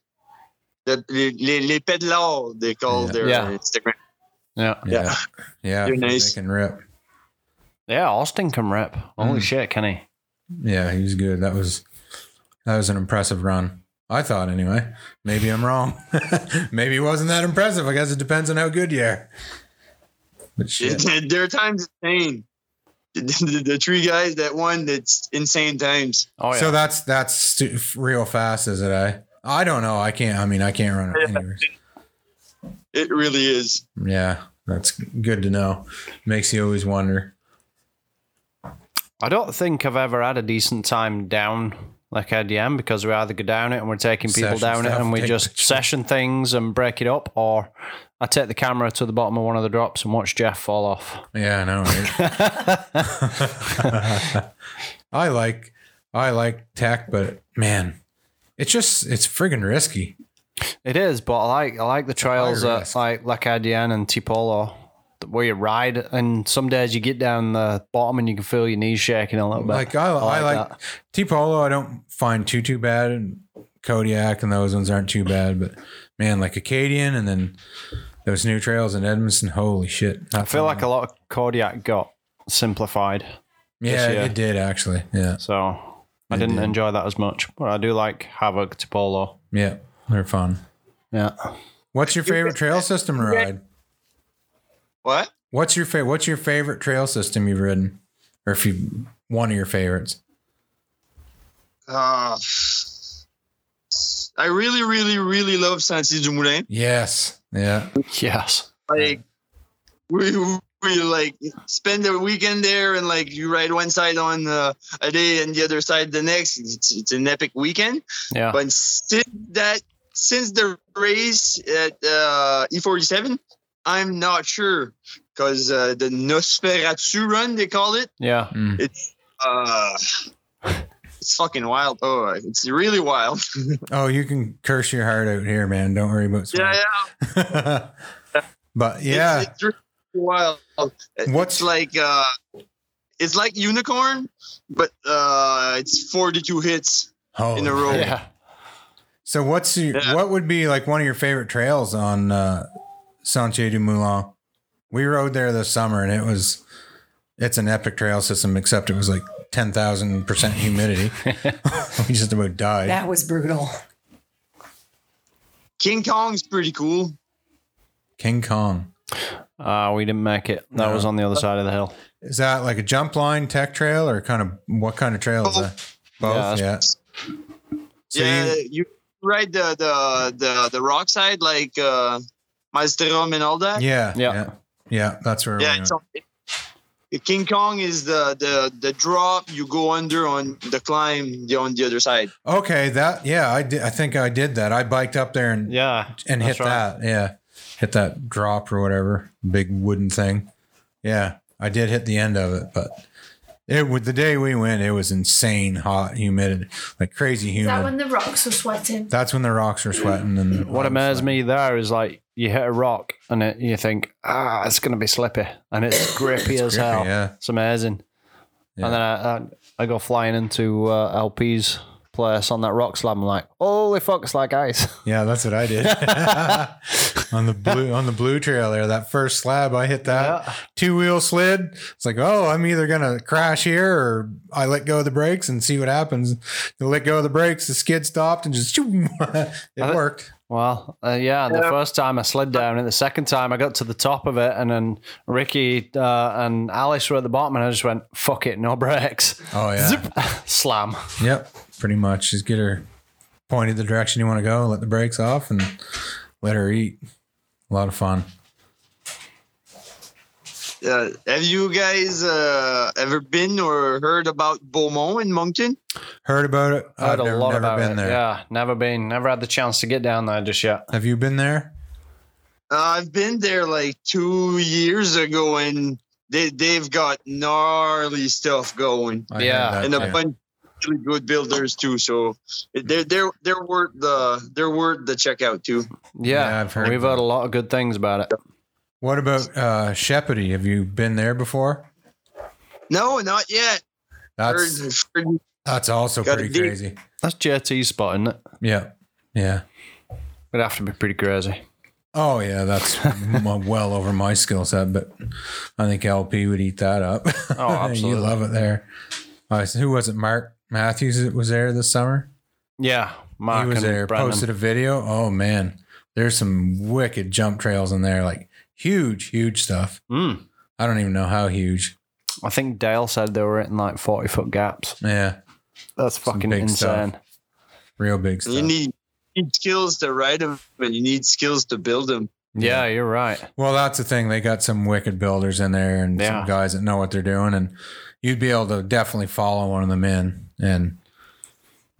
Speaker 1: the les, les pedlards they call
Speaker 2: Yeah.
Speaker 1: their
Speaker 5: Yeah.
Speaker 1: Instagram.
Speaker 5: Yeah.
Speaker 2: Yeah. Yeah.
Speaker 1: They're
Speaker 2: they
Speaker 1: nice.
Speaker 2: can rip.
Speaker 5: Yeah, Austin can rip. Holy
Speaker 2: Mm.
Speaker 5: shit, can he?
Speaker 2: Yeah, he was good. That was that was an impressive run. I thought anyway. Maybe I'm wrong. Maybe it wasn't that impressive. I guess it depends on how good you are. But shit.
Speaker 1: Their time's insane. The, the, the three guys that won, that's insane times.
Speaker 5: Oh yeah.
Speaker 2: So that's that's stu- real fast, is it? I I don't know. I can't. I mean, I can't run it. Anyways.
Speaker 1: It really is.
Speaker 2: Yeah, that's good to know. Makes you always wonder.
Speaker 5: I don't think I've ever had a decent time down like IDM because we either go down it and we're taking people
Speaker 2: Session
Speaker 5: down it
Speaker 2: stuff,
Speaker 5: and we
Speaker 2: take
Speaker 5: just
Speaker 2: pictures.
Speaker 5: session things and break it up, or I take the camera to the bottom of one of the drops and watch Jeff fall off.
Speaker 2: Yeah, I know. Right? I like I like tech, but man, it's just it's friggin' risky.
Speaker 5: It is, but I like I like the trails
Speaker 2: higher
Speaker 5: at
Speaker 2: risk.
Speaker 5: like like IDN and Tipolo where you ride and some days you get down the bottom and you can feel your knees shaking a little bit.
Speaker 2: like I, I
Speaker 5: like
Speaker 2: like T Polo. I don't find too too bad, and Kodiak and those ones aren't too bad. But man, like Acadian and then those new trails in Edmondson. Holy shit!
Speaker 5: I feel like a lot of Kodiak got simplified.
Speaker 2: yeah,
Speaker 5: year.
Speaker 2: it did actually. Yeah,
Speaker 5: So I
Speaker 2: They
Speaker 5: didn't
Speaker 2: did.
Speaker 5: enjoy that as much. But I do like Havoc Tipolo.
Speaker 2: yeah, they're fun.
Speaker 5: Yeah.
Speaker 2: What's your favorite trail system to ride?
Speaker 1: What?
Speaker 2: What's your favorite? What's your favorite trail system you've ridden, or if you one of your favorites?
Speaker 1: Uh, I really, really, really love Saint Cyr du Moulin.
Speaker 2: Yes. Yeah.
Speaker 5: Yes.
Speaker 1: Like we we like spend the weekend there and like you ride one side on uh, a day and the other side the next. It's, it's an epic weekend.
Speaker 5: Yeah.
Speaker 1: But since that since the race at uh, E47, I'm not sure because uh, the Nosferatu run they call it.
Speaker 5: yeah.
Speaker 2: Mm.
Speaker 1: Uh, it's fucking wild. Oh, it's really wild.
Speaker 2: Oh, you can curse your heart out here, man. Don't worry about
Speaker 1: yeah, yeah.
Speaker 2: yeah. but yeah,
Speaker 1: It's, it's really wild.
Speaker 2: What's-
Speaker 1: What's like uh it's like unicorn, but uh it's 42 hits.
Speaker 2: oh,
Speaker 1: in a row.
Speaker 5: Yeah.
Speaker 2: So what's your,
Speaker 1: Yeah.
Speaker 2: what would be like one of your favorite trails on uh, Sanche du Moulin? We rode there this summer, and it was it's an epic trail system, except it was like ten thousand percent humidity. we just about died.
Speaker 3: That was brutal.
Speaker 1: King Kong's pretty cool.
Speaker 2: King Kong
Speaker 5: Uh, we didn't make it. That
Speaker 2: No.
Speaker 5: was on the other side of the hill.
Speaker 2: is that like a jump line tech trail or kind of what kind of trail is that? Both, yeah. So
Speaker 1: yeah,
Speaker 2: you-
Speaker 1: you, ride the the the the rock side like uh Maelstrom and all that.
Speaker 2: Yeah,
Speaker 5: Yeah.
Speaker 2: yeah, yeah. That's where.
Speaker 1: yeah
Speaker 2: we went.
Speaker 1: it's all- it- King Kong is the the the drop you go under on the climb the- on the other side.
Speaker 2: okay. That yeah. I did. I think I did that. I biked up there and
Speaker 5: Yeah.
Speaker 2: and
Speaker 5: that's
Speaker 2: hit
Speaker 5: right.
Speaker 2: that. Yeah, hit that drop or whatever big wooden thing. Yeah, I did hit the end of it, but it was the day we went. It was insane hot humidity, like crazy
Speaker 8: Is
Speaker 2: humid.
Speaker 8: that when the rocks were sweating?
Speaker 2: That's when the rocks are sweating and the
Speaker 5: What
Speaker 2: water's
Speaker 5: amazed
Speaker 2: sweating.
Speaker 5: me there is like you hit a rock and it, you think, ah, it's going to be slippy. And it's grippy as
Speaker 2: grippy,
Speaker 5: hell.
Speaker 2: yeah.
Speaker 5: It's amazing.
Speaker 2: Yeah.
Speaker 5: And then I, I, I go flying into uh, LP's place on that rock slab. I'm like, holy fuck, it's like ice.
Speaker 2: Yeah, that's what I did on the blue on the blue trail there. That first slab, I hit that
Speaker 5: Yeah.
Speaker 2: two wheel slid. It's like, oh, I'm either gonna crash here or I let go of the brakes and see what happens. I let go of the brakes, the skid stopped and just it
Speaker 5: thi-
Speaker 2: worked.
Speaker 5: Well, uh, yeah, the first time I slid down it, the second time I got to the top of it, and then Ricky uh, and Alice were at the bottom, and I just went, fuck it, no brakes.
Speaker 2: Oh yeah.
Speaker 5: Zip, slam.
Speaker 2: Yep, pretty much. Just get her pointed the direction you want to go, let the brakes off, and let her eat. A lot of fun.
Speaker 1: Uh, have you guys uh, ever been or heard about Beaumont in Moncton?
Speaker 2: Heard about it?
Speaker 5: Heard a
Speaker 2: never,
Speaker 5: lot
Speaker 2: never
Speaker 5: about
Speaker 2: been
Speaker 5: it.
Speaker 2: there.
Speaker 5: Yeah, never been, never had the chance to get down there just yet.
Speaker 2: Have you been there?
Speaker 1: Uh, I've been there like two years ago, and they they've got gnarly stuff going,
Speaker 2: I heard
Speaker 5: Yeah.
Speaker 2: that,
Speaker 1: and a
Speaker 2: yeah.
Speaker 1: bunch of really good builders too. So they're they're they're worth the they're worth the checkout too.
Speaker 5: Yeah,
Speaker 2: Yeah, I've heard
Speaker 5: we've heard a lot of good things about it.
Speaker 2: What about uh, Shepity? Have you been there before?
Speaker 1: No, not yet.
Speaker 2: That's
Speaker 1: Heard- heard-
Speaker 2: that's also
Speaker 1: Gotta
Speaker 2: pretty
Speaker 1: dig.
Speaker 2: crazy.
Speaker 5: That's JT's spot, isn't it?
Speaker 2: Yeah, yeah.
Speaker 5: It'd have to be pretty crazy.
Speaker 2: Oh yeah, that's m- well over my skill set, but I think LP would eat that up.
Speaker 5: Oh, absolutely.
Speaker 2: you love it there. Uh, so who was it? Mark Matthews that was there this summer.
Speaker 5: Yeah, Mark
Speaker 2: he was
Speaker 5: and
Speaker 2: there.
Speaker 5: Brandon.
Speaker 2: Posted a video. Oh man, there's some wicked jump trails in there. Like huge, huge stuff.
Speaker 5: Mm.
Speaker 2: I don't even know how huge.
Speaker 5: I think Dale said they were in like forty foot gaps.
Speaker 2: Yeah,
Speaker 5: That's
Speaker 2: Some
Speaker 5: fucking
Speaker 2: big
Speaker 5: insane.
Speaker 2: stuff. real big
Speaker 1: You
Speaker 2: stuff.
Speaker 1: need, you need skills to ride them, and you need skills to build them.
Speaker 5: Yeah, you're right.
Speaker 2: Well, that's the thing. They got some wicked builders in there and
Speaker 5: Yeah.
Speaker 2: some guys that know what they're doing, and you'd be able to definitely follow one of them in and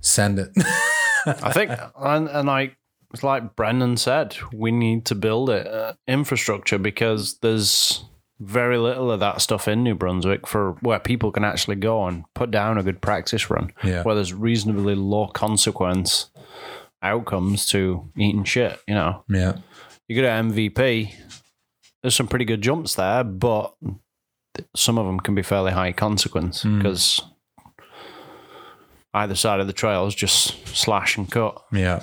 Speaker 2: send it.
Speaker 5: I think, and, and like, it's like Brendan said, we need to build it uh, infrastructure because there's very little of that stuff in New Brunswick for where people can actually go and put down a good practice run.
Speaker 2: Yeah.
Speaker 5: where there's reasonably low consequence outcomes to eating shit. You know,
Speaker 2: yeah.
Speaker 5: you get an MVP. There's some pretty good jumps there, but th- some of them can be fairly high consequence because either side of the trail is just slash and cut.
Speaker 2: Yeah.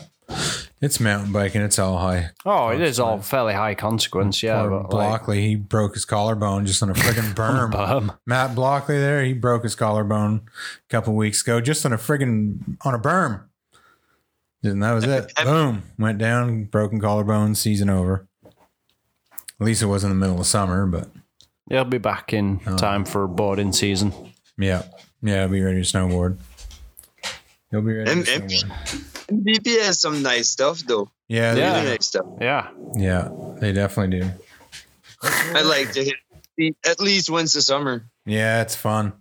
Speaker 2: It's mountain biking. It's all high.
Speaker 5: Oh, it is all fairly high consequence, yeah.
Speaker 2: Poor
Speaker 5: But like,
Speaker 2: Blockley, he broke his collarbone just on a friggin' berm.
Speaker 5: um,
Speaker 2: Matt Blockley there, he broke his collarbone a couple weeks ago just on a friggin' on a berm. And that was it. Boom. Went down, broken collarbone, season over. At least it was in the middle of summer, but
Speaker 5: they'll be back in time for boarding season.
Speaker 2: yeah. Yeah, be ready to snowboard. He'll be ready
Speaker 1: And-
Speaker 2: to
Speaker 1: and-
Speaker 2: snowboard.
Speaker 1: MVP has some nice stuff though.
Speaker 2: Yeah,
Speaker 5: Yeah.
Speaker 2: yeah.
Speaker 1: Really nice stuff.
Speaker 5: Yeah,
Speaker 2: yeah, they definitely do.
Speaker 1: I like to hit at least once a summer.
Speaker 2: Yeah, it's fun.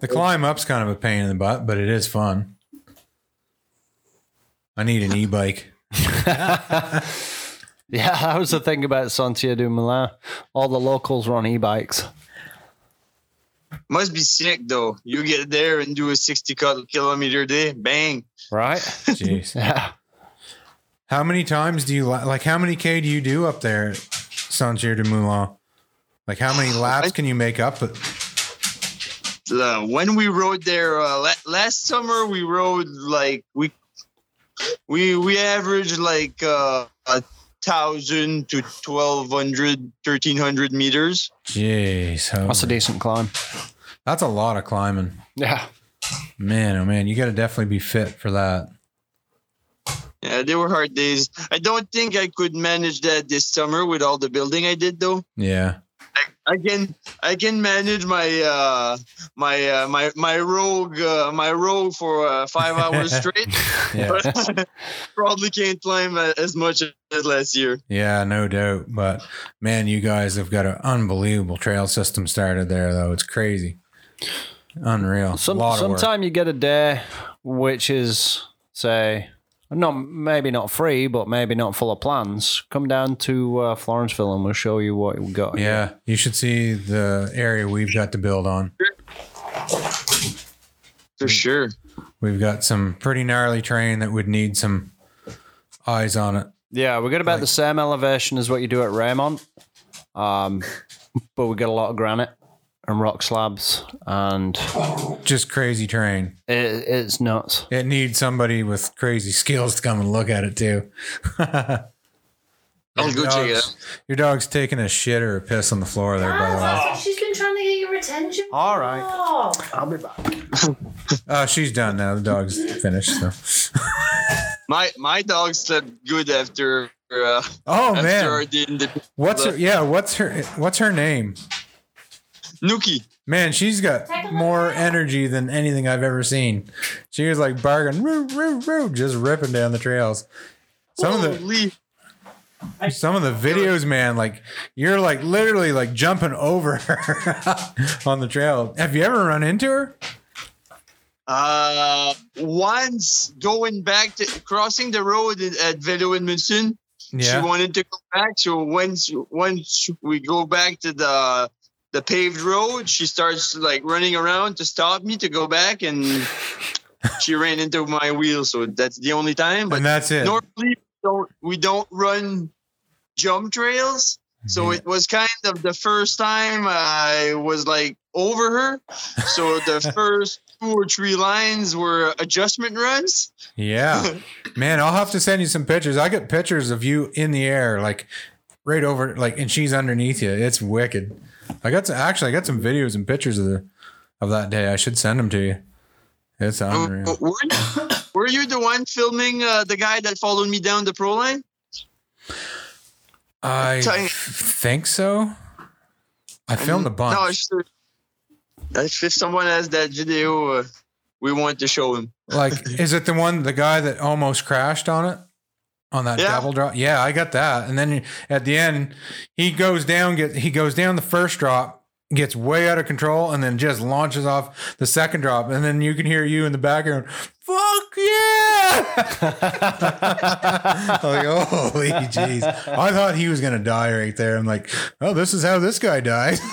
Speaker 2: The climb up's kind of a pain in the butt, but it is fun. I need an e-bike.
Speaker 5: yeah. That was the thing about Santiago de Milan. All the locals were on e-bikes.
Speaker 1: Must be sick though. You get there and do a 60 kil- kilometer day, bang.
Speaker 5: Right?
Speaker 2: Jeez.
Speaker 5: Yeah.
Speaker 2: How many times do you la- like? How many k do you do up there, Saint-Cyr de Moulin? Like how many laps can you make up?
Speaker 1: Uh, when we rode there uh, la- last summer, we rode like we we we averaged like uh, a thousand to 1200 1300 meters
Speaker 2: Jeez, oh,
Speaker 5: That's a decent climb.
Speaker 2: that's a lot of climbing.
Speaker 5: Yeah.
Speaker 2: Man, oh man, you got to definitely be fit for that.
Speaker 1: yeah they were hard days i don't think i could manage that this summer with all the building i did though
Speaker 2: Yeah,
Speaker 1: I can I can manage my uh my uh, my my rogue uh, my rogue for uh, five hours straight.
Speaker 2: yeah,
Speaker 1: but probably can't climb a- as much as last year.
Speaker 2: yeah, no doubt. But man, you guys have got an unbelievable trail system started there, though. It's crazy, unreal.
Speaker 5: Some,
Speaker 2: a lot of work.
Speaker 5: sometime you get a day which is say not maybe not free, but maybe not full of plans. Come down to uh, Florenceville and we'll show you what we got. here.
Speaker 2: Yeah, you should see the area we've got to build on.
Speaker 1: For sure.
Speaker 2: We've got some pretty gnarly terrain that would need some eyes on it.
Speaker 5: Yeah, we got about the same elevation as what you do at Raymond. Um, but we got a lot of granite and rock slabs, and
Speaker 2: Just crazy terrain.
Speaker 5: it, it's nuts.
Speaker 2: It needs somebody with crazy skills to come and look at it too.
Speaker 1: I'll go check it out.
Speaker 2: Your dog's taking a shit or a piss on the floor there, by the way.
Speaker 6: She's been trying to get your attention.
Speaker 5: All right.
Speaker 6: Oh,
Speaker 2: Oh, she's done now. The dog's finished. So.
Speaker 1: My my dog slept good after uh,
Speaker 2: Oh
Speaker 1: after our
Speaker 2: man,
Speaker 1: day in the
Speaker 2: what's her? Yeah, what's her? What's her name?
Speaker 1: Nuki.
Speaker 2: Man, she's got more energy than anything I've ever seen. She was like barking, roo, roo, roo, just ripping down the trails. Some of the
Speaker 1: Holy-
Speaker 2: Some of the videos, man, like you're like literally like jumping over her on the trail. Have you ever run into her?
Speaker 1: uh, once going back to crossing the road in- at Velo in Munson, she wanted to go back. So once once we go back to the the paved road, she starts like running around to stop me to go back, and she ran into my wheel. So that's the only time. But
Speaker 2: and that's it.
Speaker 1: normally we don't we don't run jump trails. So it was kind of the first time I was like over her. So the first two or three lines were adjustment runs.
Speaker 2: yeah. Man, I'll have to send you some pictures. I get pictures of you in the air, like right over like and she's underneath you. It's wicked. I got some actually I got some videos and pictures of the of that day. I should send them to you. It's
Speaker 1: Oh,
Speaker 2: unreal.
Speaker 1: were, you, were you the one filming uh, the guy that followed me down the pro line?
Speaker 2: I
Speaker 1: Sorry.
Speaker 2: f- think so. I filmed a bunch.
Speaker 1: No, it's true. That's if someone has that video, uh, we want to show him.
Speaker 2: like is it the one the guy that almost crashed on it on that
Speaker 1: Yeah.
Speaker 2: double drop yeah i got that and then at the end he goes down get he goes down the first drop gets way out of control and then just launches off the second drop and then you can hear you in the background fuck yeah I'm like holy jeez i thought he was gonna die right there i'm like oh this is how this guy died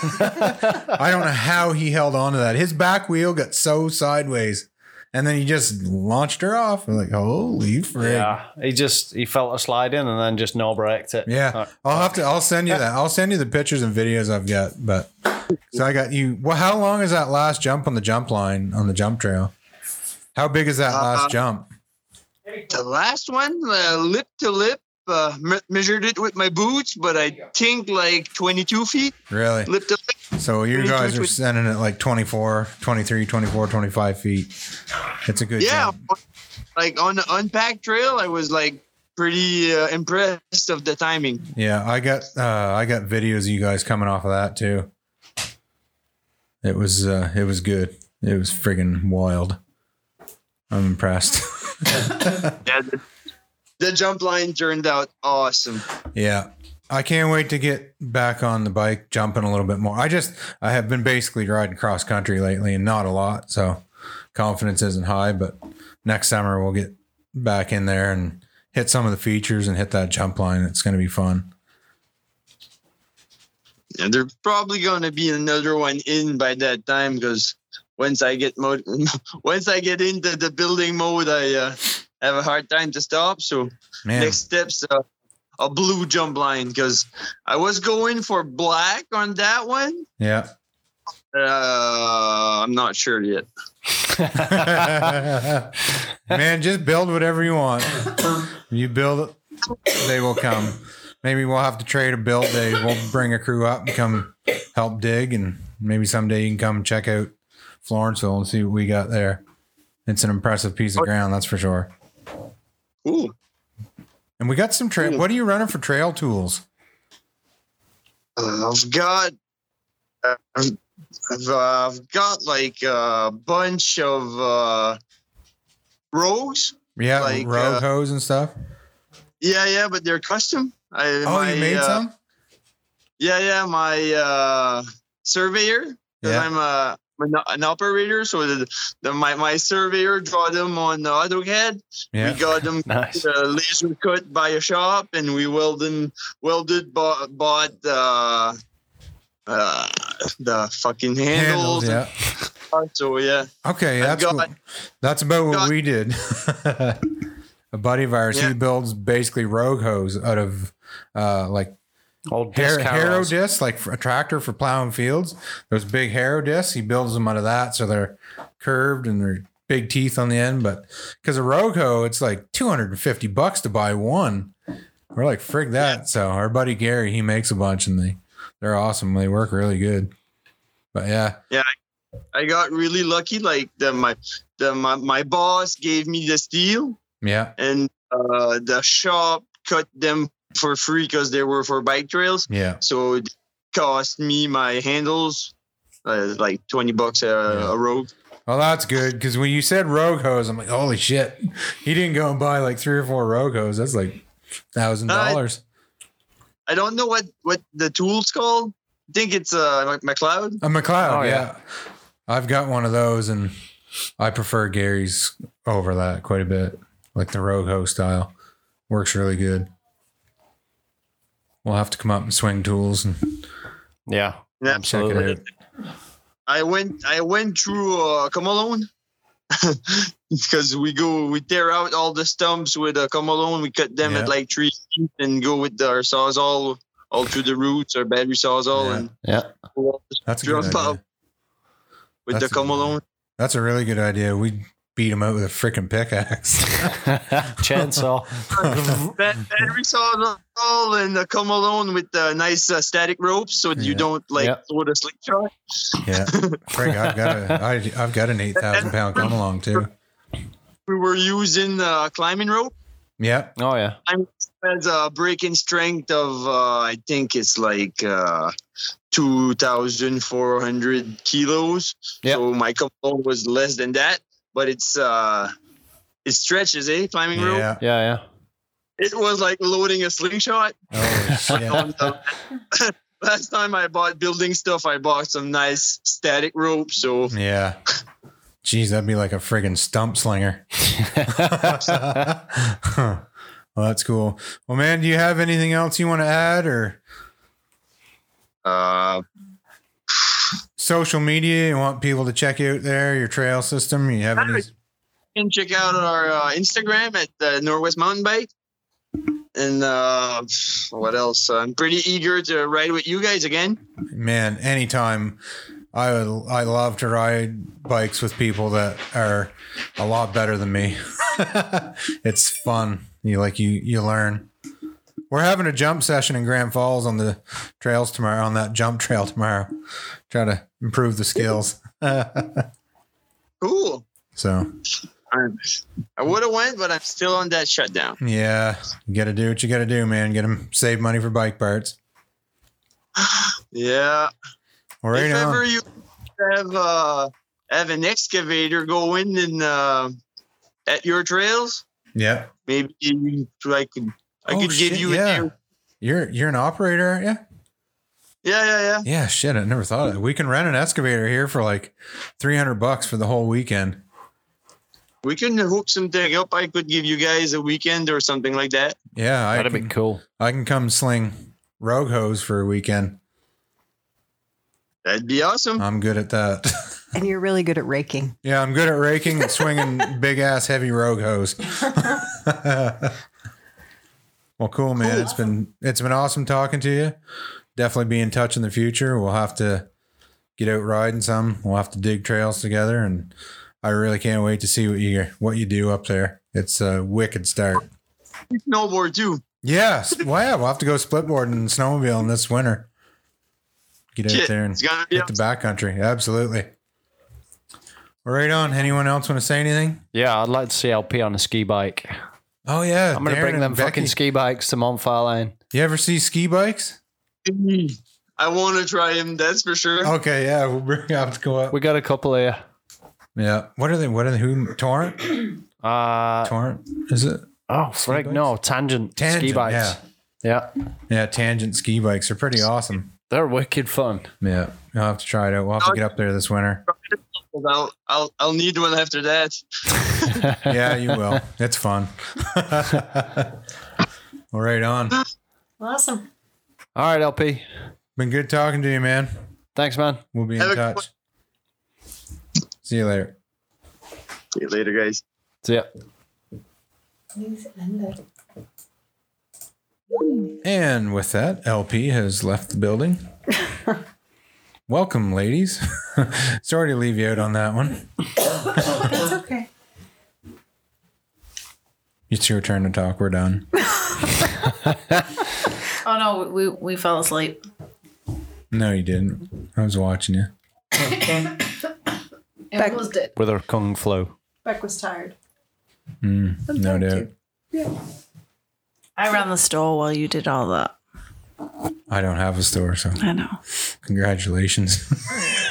Speaker 2: i don't know how he held on to that his back wheel got so sideways and then he just launched her off. I'm like, holy frick. Yeah.
Speaker 5: Yeah, he just he felt a slide in and then just no braked it. Uh,
Speaker 2: I'll have to I'll send you that. I'll send you the pictures and videos I've got, but so I got you well, how long is that last jump on the jump line on the jump trail? How big is that
Speaker 1: Uh,
Speaker 2: last jump?
Speaker 1: The last one, uh, lip to lip, uh, me- measured it with my boots, but I think like 22 feet,
Speaker 2: Really?
Speaker 1: lip to lip.
Speaker 2: So you
Speaker 1: pretty
Speaker 2: guys
Speaker 1: close
Speaker 2: are
Speaker 1: with-
Speaker 2: sending it like 24, 23, 24, 25 feet. It's a good
Speaker 1: Yeah,
Speaker 2: jump.
Speaker 1: like on the unpacked trail, I was like pretty uh, impressed of the timing.
Speaker 2: Yeah, I got uh I got videos of you guys coming off of that too. It was uh it was good. It was friggin' wild. I'm impressed.
Speaker 1: Yeah, the, the jump line turned out awesome.
Speaker 2: yeah. I can't wait to get back on the bike jumping a little bit more. I just I have been basically riding cross country lately and not a lot, so confidence isn't high, but next summer we'll get back in there and hit some of the features and hit that jump line. It's going to be fun.
Speaker 1: And there's probably going to be another one in by that time because once I get mo- once I get into the building mode, I uh, have a hard time to stop. So
Speaker 2: Man.
Speaker 1: next steps uh, a blue jump line because I was going for black on that one.
Speaker 2: yeah.
Speaker 1: Uh, I'm not sure yet.
Speaker 2: Man, just build whatever you want. You build it, they will come. Maybe we'll have to trade a build day. We'll bring a crew up and come help dig, and maybe someday you can come check out Florenceville and see what we got there. It's an impressive piece of ground, that's for sure.
Speaker 1: Ooh,
Speaker 2: And we got some trail. What are you running for trail tools?
Speaker 1: uh, I've got. uh, I've, I've, uh, I've got like a bunch of uh, rows
Speaker 2: Yeah,
Speaker 1: Like,
Speaker 2: road
Speaker 1: uh,
Speaker 2: hose and stuff.
Speaker 1: Yeah, yeah, but they're custom. I,
Speaker 2: Oh,
Speaker 1: my,
Speaker 2: you made
Speaker 1: uh,
Speaker 2: some?
Speaker 1: Yeah, yeah, my uh, surveyor. 'cause
Speaker 2: Yeah.
Speaker 1: I'm a I'm an- an operator, so the, the my my surveyor draw them on the AutoCAD.
Speaker 2: Yeah.
Speaker 1: We got them
Speaker 5: Nice.
Speaker 1: uh, laser cut by a shop, and we welded welded bought, bought uh, uh, the fucking handles.
Speaker 2: Handles, yeah.
Speaker 1: and stuff, So yeah,
Speaker 2: Okay,
Speaker 1: I've
Speaker 2: that's
Speaker 1: got-
Speaker 2: what- that's about what
Speaker 1: got-
Speaker 2: we did. a buddy of ours,
Speaker 1: Yeah.
Speaker 2: he builds basically rogue hose out of uh, like
Speaker 5: Old
Speaker 2: har-
Speaker 5: disc
Speaker 2: harrow
Speaker 5: harrows.
Speaker 2: discs, like for a tractor for plowing fields. Those big harrow discs, he builds them out of that, so they're curved and they're big teeth on the end. But because a rogue hoe, it's like two hundred and fifty bucks to buy one. We're like frig that. So our buddy Gary, he makes a bunch and they they're awesome. They work really good. But yeah,
Speaker 1: I got really lucky. Like the my the my, my boss gave me the steel,
Speaker 2: yeah,
Speaker 1: and uh, the shop cut them for free because they were for bike trails.
Speaker 2: yeah.
Speaker 1: So it cost me my handles uh, like 20 bucks a,
Speaker 2: Yeah.
Speaker 1: a rope.
Speaker 2: Well, that's good because when you said rogue hose, I'm like, holy shit. He didn't go and buy like three or four rogue hose. That's like thousand dollars.
Speaker 1: I don't know what, what the tool's called. I think it's uh, Mc- McLeod.
Speaker 2: A McLeod,
Speaker 5: Oh,
Speaker 2: yeah.
Speaker 5: yeah.
Speaker 2: I've got one of those, and I prefer Gary's over that quite a bit. Like the rogue hose style works really good. We'll have to come up and swing tools and
Speaker 5: Yeah,
Speaker 2: check it
Speaker 1: Yeah.
Speaker 5: absolutely.
Speaker 2: out.
Speaker 1: I went I went through uh, Comalone because we go we tear out all the stumps with a Comalone. We cut them
Speaker 2: Yeah.
Speaker 1: at like three feet and go with our sawzall all through the roots or battery sawzall
Speaker 2: Yeah.
Speaker 1: and
Speaker 5: Yeah.
Speaker 1: pull all the
Speaker 2: That's a good
Speaker 1: Jump
Speaker 2: idea.
Speaker 1: out. with
Speaker 2: That's
Speaker 1: the
Speaker 2: a good
Speaker 1: Comalone.
Speaker 2: That's a really good idea. We beat him out with a freaking pickaxe.
Speaker 5: Chainsaw.
Speaker 1: Bat- battery all and uh, come alone with uh, nice uh, static ropes so you
Speaker 2: Yeah.
Speaker 1: don't like
Speaker 5: Yep.
Speaker 1: throw the slingshot.
Speaker 2: yeah, Frank, I've got a, I, I've got an eight thousand pound come along too.
Speaker 1: We were using uh, climbing rope
Speaker 2: Yep.
Speaker 5: Oh yeah.
Speaker 1: has a breaking strength of uh, I think it's like uh, two thousand four hundred kilos.
Speaker 5: Yep.
Speaker 1: So my come alone was less than that, but it's uh, it stretches, eh? Climbing rope.
Speaker 2: Yeah.
Speaker 5: Yeah,
Speaker 1: It was like loading a slingshot.
Speaker 2: Oh shit.
Speaker 1: on the- last time I bought building stuff, I bought some nice static rope. So
Speaker 2: Yeah. Jeez, that'd be like a friggin' stump slinger. well, that's cool. Well, man, do you have anything else you want to add or
Speaker 1: uh,
Speaker 2: social media? You want people to check out there, your trail system? You have any?
Speaker 1: you can check out our uh, Instagram at uh, Northwest Mountain Bike. And uh, what else? I'm pretty eager to ride with you guys again.
Speaker 2: Man, anytime. I would, I love to ride bikes with people that are a lot better than me. it's fun. You like you you learn. We're having a jump session in Grand Falls on the trails tomorrow on that jump trail tomorrow. Try to improve the skills.
Speaker 1: Cool.
Speaker 2: so
Speaker 1: I'm- I would have went, but I'm still on that shutdown.
Speaker 2: yeah, you gotta do what you gotta do, man. Get them save money for bike parts.
Speaker 1: Yeah.
Speaker 2: Well, right
Speaker 1: if
Speaker 2: on.
Speaker 1: ever you have uh, have an excavator going in uh, at your trails,
Speaker 2: yeah.
Speaker 1: maybe you- I could I
Speaker 2: Oh,
Speaker 1: could give
Speaker 2: shit,
Speaker 1: you
Speaker 2: yeah.
Speaker 1: a deal.
Speaker 2: You're you're an operator, aren't you?
Speaker 1: Yeah, yeah, yeah.
Speaker 2: Yeah, shit. I never thought of it. We can rent an excavator here for like three hundred bucks for the whole weekend.
Speaker 1: We can hook something up. I could give you guys a weekend or something like that.
Speaker 2: Yeah, I
Speaker 5: that'd
Speaker 2: can,
Speaker 5: be cool.
Speaker 2: I can come sling rogue hose for a weekend.
Speaker 1: That'd be awesome.
Speaker 2: I'm good at that.
Speaker 3: And you're really good at raking.
Speaker 2: yeah, I'm good at raking and swinging big ass heavy rogue hose. well, cool, man. It's been it's been awesome talking to you. Definitely be in touch in the future. We'll have to get out riding some. We'll have to dig trails together, and I really can't wait to see what you what you do up there. It's a wicked start.
Speaker 1: Snowboard too.
Speaker 2: Yes. Well, yeah, we'll have to go splitboarding and snowmobiling this winter. Get out
Speaker 1: Shit,
Speaker 2: there and
Speaker 1: it's gonna be
Speaker 2: hit the backcountry. Absolutely. Right on. Anyone else want to say anything?
Speaker 5: Yeah, I'd like to see LP on a ski bike.
Speaker 2: Oh yeah,
Speaker 5: I'm gonna
Speaker 2: Darren
Speaker 5: bring
Speaker 2: and
Speaker 5: them fucking
Speaker 2: Becky.
Speaker 5: ski bikes to Montfire Lane.
Speaker 2: You ever see ski bikes?
Speaker 1: awesome. I want to try him. That's for sure.
Speaker 2: Okay, yeah, we'll bring have to go up.
Speaker 5: We got a couple here.
Speaker 2: Yeah. What are they? What are they? Who? Torrent?
Speaker 5: Uh,
Speaker 2: Torrent? Is it?
Speaker 5: oh, Frank,
Speaker 2: bikes?
Speaker 5: no, tangent, ski
Speaker 2: Tangent,
Speaker 5: bikes. Yeah.
Speaker 2: Yeah, tangent ski bikes are pretty awesome.
Speaker 5: they're wicked fun.
Speaker 2: Yeah, I'll have to try it out. We'll have to get up there this winter.
Speaker 1: I'll, I'll I'll need one after that.
Speaker 2: Yeah, you will. It's fun. All right, on.
Speaker 4: Awesome.
Speaker 5: All right, LP.
Speaker 2: Been good talking to you, man.
Speaker 5: Thanks, man.
Speaker 2: We'll be
Speaker 1: Have
Speaker 2: in
Speaker 1: a good
Speaker 2: touch. See you later.
Speaker 1: See you later, guys.
Speaker 5: See ya.
Speaker 2: And with that, LP has left the building. Welcome, ladies. Sorry to leave you out on that one.
Speaker 4: It's okay.
Speaker 2: It's your turn to talk. We're done.
Speaker 7: Oh no, we we fell asleep.
Speaker 2: No, you didn't. I was watching you.
Speaker 4: It
Speaker 3: Back-
Speaker 4: was dead.
Speaker 5: With her kung flu.
Speaker 4: Beck was tired.
Speaker 2: Mm, No doubt.
Speaker 7: I ran the store while you did all that.
Speaker 2: I don't have a store, so
Speaker 7: I know.
Speaker 2: congratulations.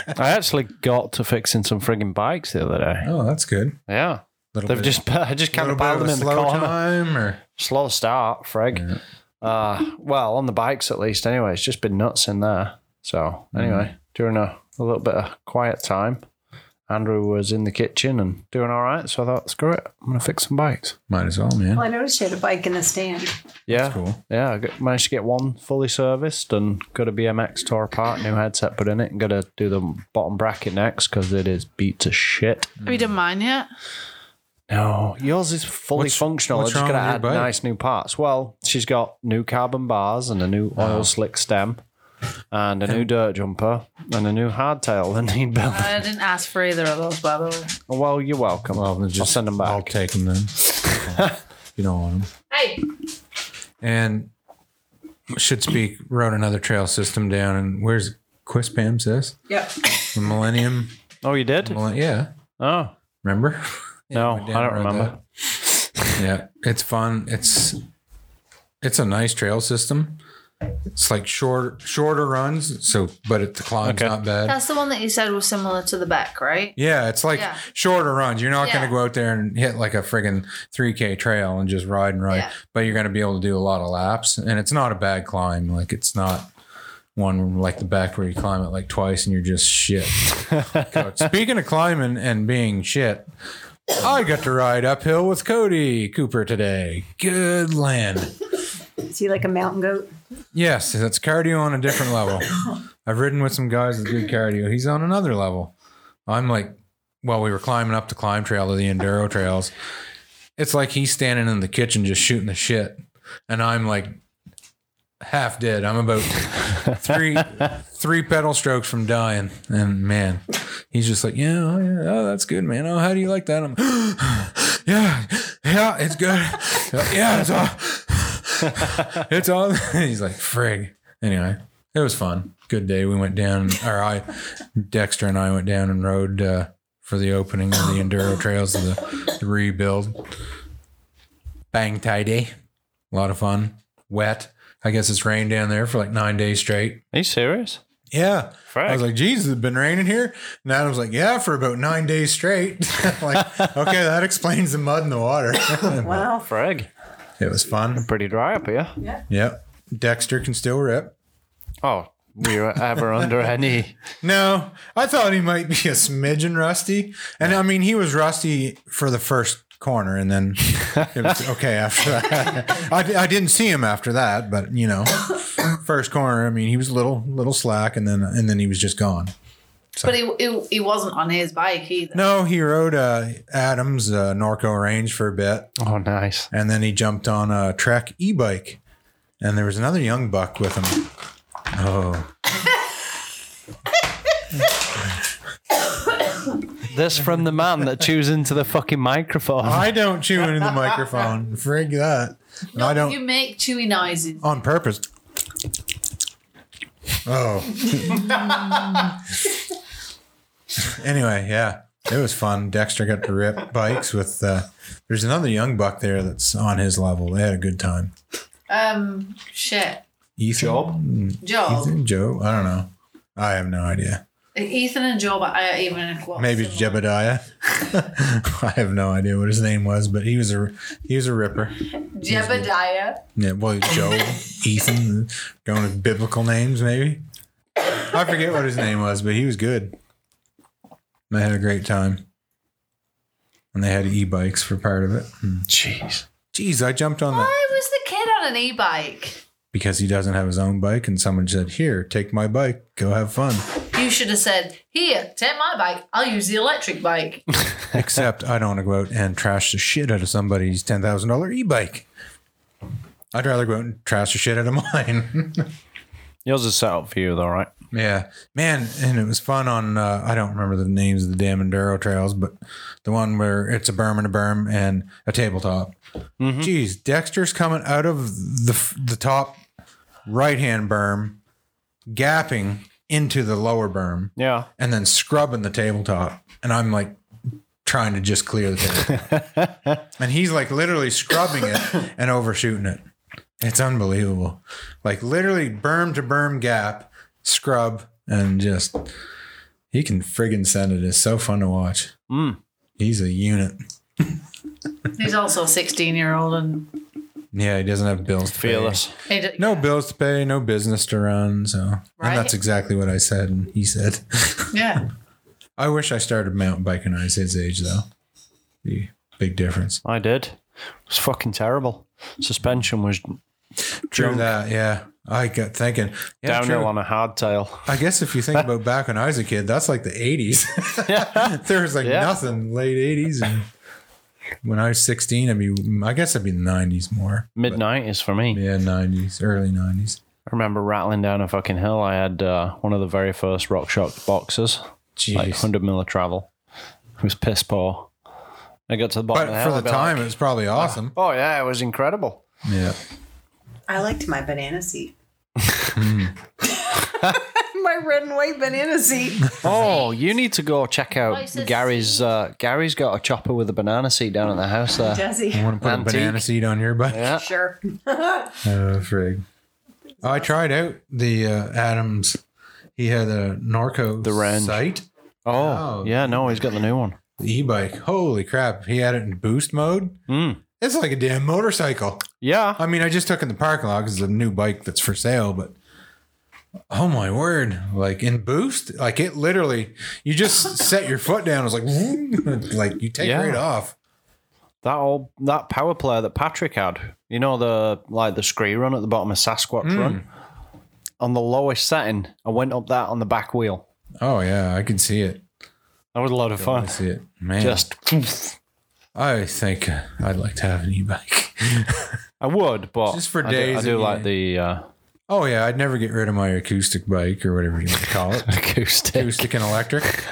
Speaker 5: I actually got to fixing some frigging bikes the other day.
Speaker 2: oh, that's good.
Speaker 5: Yeah.
Speaker 2: Little
Speaker 5: They've
Speaker 2: bit-
Speaker 5: just, I just kind
Speaker 2: little
Speaker 5: of
Speaker 2: bit of
Speaker 5: piled them
Speaker 2: a
Speaker 5: in the
Speaker 2: slow
Speaker 5: corner.
Speaker 2: time, or
Speaker 5: Slow start, Freg. Uh, well, on the bikes at least, anyway. It's just been nuts in there. So, anyway, during a, a little bit of quiet time, Andrew was in the kitchen and doing all right. So I thought, screw it. I'm going to fix some bikes.
Speaker 2: might as well, man.
Speaker 3: Well, I noticed you had a bike in the stand.
Speaker 5: Yeah.
Speaker 2: cool.
Speaker 5: Yeah. I got, managed to get one fully serviced and got a BMX tore apart, new headset put in it, and got to do the bottom bracket next because it is beat to shit.
Speaker 7: Have you done mine yet?
Speaker 5: No, yours is fully
Speaker 2: What's-
Speaker 5: functional.
Speaker 2: what's
Speaker 5: I just
Speaker 2: wrong
Speaker 5: gotta
Speaker 2: with your
Speaker 5: add
Speaker 2: bike? Oh.
Speaker 5: nice new parts. Well, she's got new carbon bars and a new oil slick stem. and a new dirt jumper and a new hardtail that need building.
Speaker 7: I didn't ask for either of those, by the way.
Speaker 5: Well, you're welcome.
Speaker 2: Well, then just
Speaker 5: I'll send them back.
Speaker 2: I'll take them then. you don't want them.
Speaker 6: Hey,
Speaker 2: And should speak wrote another trail system down. And where's Quispam says
Speaker 3: Yep.
Speaker 2: the Millennium?
Speaker 5: Oh, you did?
Speaker 2: Millen- yeah,
Speaker 5: Oh,
Speaker 2: remember?
Speaker 5: no,
Speaker 2: my dad
Speaker 5: I don't
Speaker 2: wrote
Speaker 5: remember.
Speaker 2: that. yeah, it's fun. It's it's a nice trail system. It's like short shorter runs, so but it, the climb's
Speaker 5: Okay.
Speaker 2: not bad.
Speaker 7: That's the one that you said was similar to the back, right?
Speaker 2: Yeah, it's like
Speaker 7: Yeah.
Speaker 2: shorter runs. You're not going
Speaker 7: Yeah.
Speaker 2: to go out there and hit like a friggin' 3K trail and just ride and ride,
Speaker 7: Yeah.
Speaker 2: but you're going to be able to do a lot of laps. And it's not a bad climb. Like, it's not one like the back where you climb it like twice and you're just shit. Cooked. Speaking of climbing and being shit, I got to ride uphill with Cody Cooper today. Good land.
Speaker 3: Is he like a mountain goat?
Speaker 2: Yes, that's cardio on a different level. I've ridden with some guys with good cardio. He's on another level. I'm like, well, we were climbing up the climb trail to the enduro trails. It's like he's standing in the kitchen just shooting the shit, and I'm like half dead. I'm about three three pedal strokes from dying, and man, he's just like, yeah, oh, yeah, oh, that's good, man. Oh, how do you like that? I'm, yeah, yeah, it's good. Yeah, it's all it's all he's like frig anyway it was fun good day we went down or i dexter and i went down and rode uh, for the opening of the enduro trails of the, the rebuild bang tidy a lot of fun wet i guess it's rained down there for like nine days straight
Speaker 5: Are you serious?
Speaker 2: yeah
Speaker 5: Frick.
Speaker 2: I was like, Jesus, it's been raining here. And Adam's like, yeah, for about nine days straight. like, okay, that explains the mud and the water.
Speaker 3: Wow.
Speaker 5: Frag.
Speaker 2: it was fun.
Speaker 5: Pretty dry up here.
Speaker 2: Yep. Dexter can still rip.
Speaker 5: Oh, were you ever under any?
Speaker 2: No, I thought he might be a smidgen rusty. And I mean, he was rusty for the first corner, and then it was okay after that. I, I didn't see him after that, but you know, first corner, I mean, he was a little little slack, and then and then he was just gone.
Speaker 7: But he, he, he wasn't on his bike either.
Speaker 2: No, he rode uh, Adams uh, Norco Range for a bit,
Speaker 5: Oh, nice.
Speaker 2: and then he jumped on a Trek e bike, and there was another young buck with him. Oh,
Speaker 5: This from the man that chews into the fucking microphone.
Speaker 2: I don't chew into the microphone. Frig that. And I don't.
Speaker 7: You make chewy noises.
Speaker 2: on purpose. Oh. anyway, yeah, it was fun. Dexter got to rip bikes with. Uh, there's another young buck there that's on his level. They had a good time.
Speaker 7: Um, shit.
Speaker 2: Ethan, Hmm,
Speaker 7: Job.
Speaker 2: Ethan, Joe. I don't know. I have no idea.
Speaker 7: Ethan and Job are even close.
Speaker 2: Maybe it's Jebediah. I have no idea what his name was, but he was a he was a ripper.
Speaker 4: Jebediah.
Speaker 2: Yeah, well, Joe, Ethan, going with biblical names, maybe. I forget what his name was, but he was good. And I had a great time. And they had e-bikes for part of it. Hmm.
Speaker 5: Jeez.
Speaker 2: Jeez, I jumped on that
Speaker 7: Why was the kid on an e-bike?
Speaker 2: because he doesn't have his own bike, and someone said, "Here, take my bike. Go have fun."
Speaker 7: You should have said, "Here, take my bike. I'll use the electric bike."
Speaker 2: Except I don't want to go out and trash the shit out of somebody's ten thousand dollar e-bike. I'd rather go out and trash the shit out of mine.
Speaker 5: Yours is set up for you, though, right?
Speaker 2: Yeah, man, and it was fun on. Uh, I don't remember the names of the damn enduro trails, but the one where it's a berm and a berm and a tabletop. Jeez, Dexter's coming out of the f- the top right hand berm, gapping into the lower berm,
Speaker 5: Yeah.
Speaker 2: and then scrubbing the tabletop, and I'm like trying to just clear the table, and he's like literally scrubbing it and overshooting it. It's unbelievable, like literally berm to berm gap scrub and just he can friggin' send it. It's so fun to watch.
Speaker 5: Mm.
Speaker 2: He's a unit.
Speaker 7: He's also a sixteen-year-old, and
Speaker 2: Yeah, he doesn't have bills to
Speaker 5: Fearless.
Speaker 7: he d-
Speaker 2: pay. No bills to pay, no business to run. So,
Speaker 7: Right.
Speaker 2: and that's exactly what I said. And he said,
Speaker 4: Yeah.
Speaker 2: I wish I started mountain biking when I was his age, though. The big difference.
Speaker 5: I did. It was fucking terrible. Suspension was
Speaker 2: True
Speaker 5: Junk.
Speaker 2: that. Yeah. I got thinking. Yeah,
Speaker 5: downhill
Speaker 2: true.
Speaker 5: on a hardtail.
Speaker 2: I guess if you think about back when I was a kid, that's like the 80s. there was like
Speaker 5: Yeah.
Speaker 2: nothing late 80s. And when I was 16, I'd be, I guess I'd be in the 90s more.
Speaker 5: Mid 90s for me.
Speaker 2: Yeah, nineties, early nineties.
Speaker 5: I remember rattling down a fucking hill. I had uh, one of the very first RockShox boxes, like
Speaker 2: Jeez.
Speaker 5: 100 mil of travel. It was piss poor. I got to the
Speaker 2: but
Speaker 5: bottom of the
Speaker 2: for
Speaker 5: hill.
Speaker 2: the
Speaker 5: I'd be
Speaker 2: time,
Speaker 5: like,
Speaker 2: it was probably awesome.
Speaker 5: oh, yeah, it was incredible.
Speaker 2: Yeah.
Speaker 3: I liked my banana seat. my red and white banana seat.
Speaker 5: Oh, you need to go check out
Speaker 8: Oh, it says
Speaker 5: Gary's. Uh, Gary's got a chopper with a banana seat down at the house there.
Speaker 3: Does he?
Speaker 2: You want to put
Speaker 5: Antique.
Speaker 2: a banana seed on your butt?
Speaker 5: Yeah.
Speaker 3: Sure.
Speaker 2: Oh, frig. I tried out the uh, Adams. He had a Norco
Speaker 5: The Range.
Speaker 2: sight,
Speaker 5: Oh,
Speaker 2: Oh.
Speaker 5: yeah. No, he's got the new one.
Speaker 2: the e-bike. Holy crap! He had it in boost mode.
Speaker 5: Mm.
Speaker 2: It's like a damn motorcycle.
Speaker 5: Yeah.
Speaker 2: I mean, I just took it in the parking lot because it's a new bike that's for sale, but oh my word. Like in boost, like it literally you just set your foot down, it's like vroom, like you take
Speaker 5: Yeah.
Speaker 2: right off.
Speaker 5: That old that power player that Patrick had. You know the like the scree run at the bottom of Sasquatch
Speaker 2: Hmm.
Speaker 5: run. On the lowest setting, I went up that on the back wheel.
Speaker 2: Oh yeah, I can see it.
Speaker 5: That was a lot of
Speaker 2: I
Speaker 5: fun.
Speaker 2: see it. Man.
Speaker 5: Uh, Just
Speaker 2: I think I'd like to have an e-bike.
Speaker 5: I would, but
Speaker 2: Just for
Speaker 5: I do-
Speaker 2: days
Speaker 5: I do
Speaker 2: and
Speaker 5: like the uh,
Speaker 2: Oh yeah, I'd never get rid of my acoustic bike or whatever you want to call it.
Speaker 5: acoustic
Speaker 2: acoustic and electric.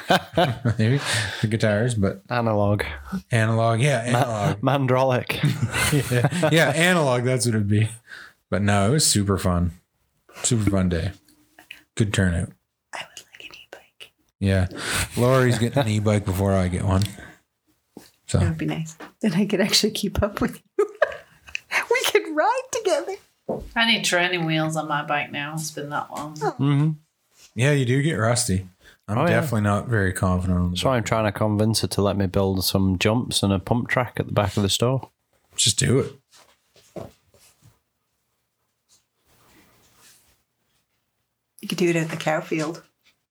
Speaker 2: Maybe the guitars, but
Speaker 5: analog
Speaker 2: analog. Yeah, analog.
Speaker 5: mandrolic.
Speaker 2: yeah, analog. That's what it'd be. But no, it was super fun. Super fun day. Good turnout.
Speaker 3: I would like an e-bike.
Speaker 2: Yeah. Lori's getting an e bike before I get one.
Speaker 3: That
Speaker 2: So,
Speaker 3: would be nice. Then I could actually keep up with you. we could ride together.
Speaker 4: I need training wheels on my bike now. It's been that long.
Speaker 5: hmm
Speaker 2: yeah, you do get rusty. I'm
Speaker 5: Oh, yeah.
Speaker 2: definitely not very confident on the
Speaker 5: So I'm trying to convince her to let me build some jumps and a pump track at the back of the store.
Speaker 2: bike. Just do it.
Speaker 3: You could do it at the cow field.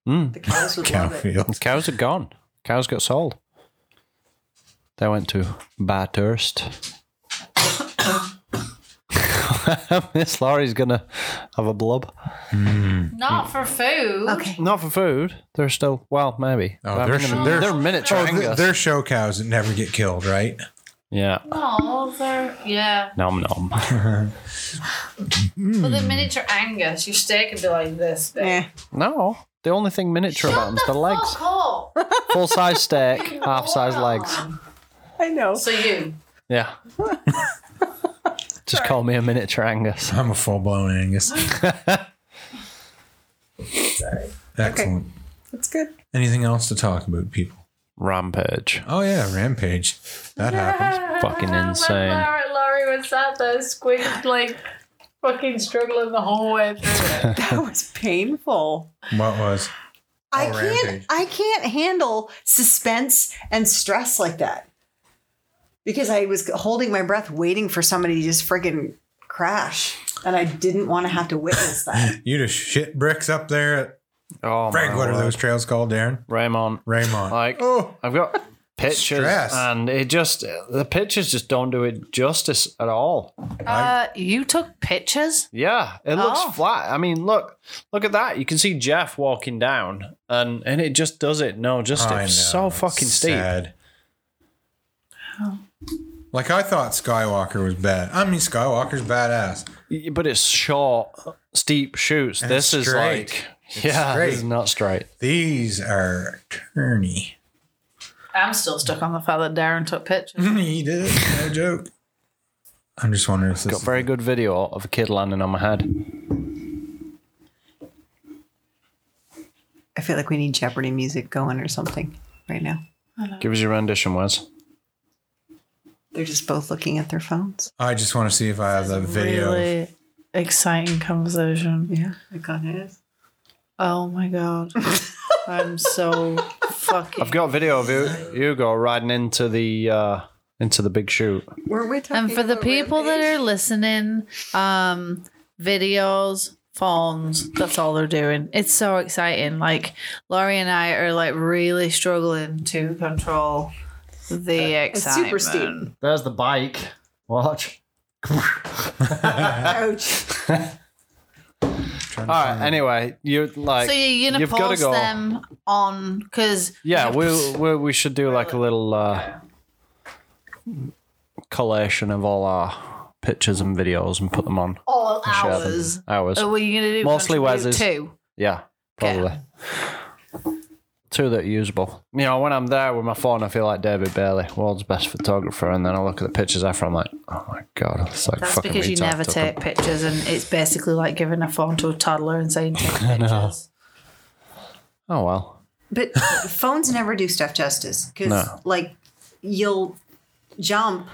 Speaker 5: Mm.
Speaker 3: The cows would
Speaker 2: Hmm. Cow
Speaker 3: love it.
Speaker 2: field.
Speaker 5: Cows are gone. Cows got sold. They went to Bathurst. Miss Laurie's gonna have a blub.
Speaker 8: Not for food.
Speaker 3: Okay.
Speaker 5: Not for food. They're still well, maybe.
Speaker 2: Oh,
Speaker 5: I
Speaker 2: they're-
Speaker 5: mean,
Speaker 2: they're-
Speaker 5: they're miniature
Speaker 2: Oh, th-
Speaker 5: Angus.
Speaker 2: they're show cows that never get killed, right?
Speaker 5: yeah.
Speaker 8: No, they're
Speaker 4: Oh, Yeah.
Speaker 5: Nom nom.
Speaker 4: But
Speaker 5: Hmm.
Speaker 4: the miniature Angus, your steak would be like this. big.
Speaker 3: Eh.
Speaker 5: No. The only thing miniature about them's the legs.
Speaker 4: Cool.
Speaker 5: Full size steak, half size legs.
Speaker 3: I know.
Speaker 4: So you.
Speaker 5: Yeah. Just call me a miniature Angus.
Speaker 2: I'm a full blown Angus. Excellent.
Speaker 3: That's good.
Speaker 2: Anything else to talk about, people?
Speaker 5: Rampage.
Speaker 2: Oh yeah, Rampage. That happens.
Speaker 5: Fucking
Speaker 8: When
Speaker 5: insane.
Speaker 8: Lara- Laurie was sat there squeezed like fucking struggling the whole way through it.
Speaker 3: That was painful.
Speaker 2: What was?
Speaker 3: I
Speaker 2: Oh,
Speaker 3: can't
Speaker 2: Rampage.
Speaker 3: I can't handle suspense and stress like that. Because I was holding my breath waiting for somebody to just friggin' crash. And I didn't want to have to witness that.
Speaker 2: You just shit bricks up there at
Speaker 5: Oh,
Speaker 2: Frank,
Speaker 5: my
Speaker 2: what are
Speaker 5: word.
Speaker 2: those trails called, Darren?
Speaker 5: Raymond.
Speaker 2: Raymond.
Speaker 5: Like-
Speaker 2: oh,
Speaker 5: I've got pictures,
Speaker 2: Stress.
Speaker 5: and it just the pictures just don't do it justice at all.
Speaker 4: Uh, you took pictures?
Speaker 5: Yeah, it looks
Speaker 4: Oh.
Speaker 5: flat. I mean, look, look at that. You can see Jeff walking down, and and it just does it no justice.
Speaker 2: I know,
Speaker 5: so
Speaker 2: it's
Speaker 5: fucking steep.
Speaker 2: sad. Like I thought Skywalker was bad. I mean Skywalker's badass.
Speaker 5: Y- But it's short, steep shoots.
Speaker 2: And
Speaker 5: this
Speaker 2: it's
Speaker 5: is
Speaker 2: straight.
Speaker 5: like, yeah, this is
Speaker 2: straight.
Speaker 5: not straight.
Speaker 2: These are turny.
Speaker 4: I'm still stuck on the fact that Darren took pictures.
Speaker 2: he did. it, No joke. I'm just wondering if this
Speaker 5: Got very good video of a kid landing on my head.
Speaker 3: I feel like we need Jeopardy music going or something right now.
Speaker 5: Give us your rendition, Wes.
Speaker 3: They're just both looking at their phones.
Speaker 2: I just want to see if I have the video.
Speaker 7: Really exciting conversation.
Speaker 3: Yeah, I got it.
Speaker 7: Oh my god. I'm so fucking
Speaker 5: I've got a video of you, Hugo riding into the uh, into the big chute.
Speaker 3: Were we talking
Speaker 4: And for the
Speaker 3: about
Speaker 4: people that
Speaker 3: Rampage?
Speaker 4: are listening, um, videos, phones, that's all they're doing. It's so exciting. Like Laurie and I are like really struggling to control the
Speaker 3: it's
Speaker 4: excitement.
Speaker 3: super steep.
Speaker 5: There's the bike. Watch.
Speaker 3: Ouch.
Speaker 5: All right. Anyway, you like.
Speaker 4: So you're gonna
Speaker 5: you've gotta
Speaker 4: post
Speaker 5: go.
Speaker 4: them on because
Speaker 5: yeah, we, we we should do like a little uh, collation of all our pictures and videos and put them on.
Speaker 8: All
Speaker 5: and share them.
Speaker 4: hours.
Speaker 5: Hours.
Speaker 4: Oh, what are you going to do?
Speaker 5: Mostly
Speaker 4: Contribute
Speaker 5: Wes's.
Speaker 4: Two.
Speaker 5: Yeah,
Speaker 4: Okay.
Speaker 5: probably. Two that are usable. You know, when I'm there with my phone, I feel like David Bailey, world's best photographer. And then I look at the pictures after, I'm like, oh my God, it's like
Speaker 4: That's
Speaker 5: fucking
Speaker 4: because you
Speaker 5: retard
Speaker 4: never
Speaker 5: took 'em.
Speaker 4: take pictures, and it's basically like giving a phone to a toddler and saying, "Take pictures."
Speaker 5: Oh, well.
Speaker 3: But phones never do stuff justice because,
Speaker 5: No.
Speaker 3: like, you'll jump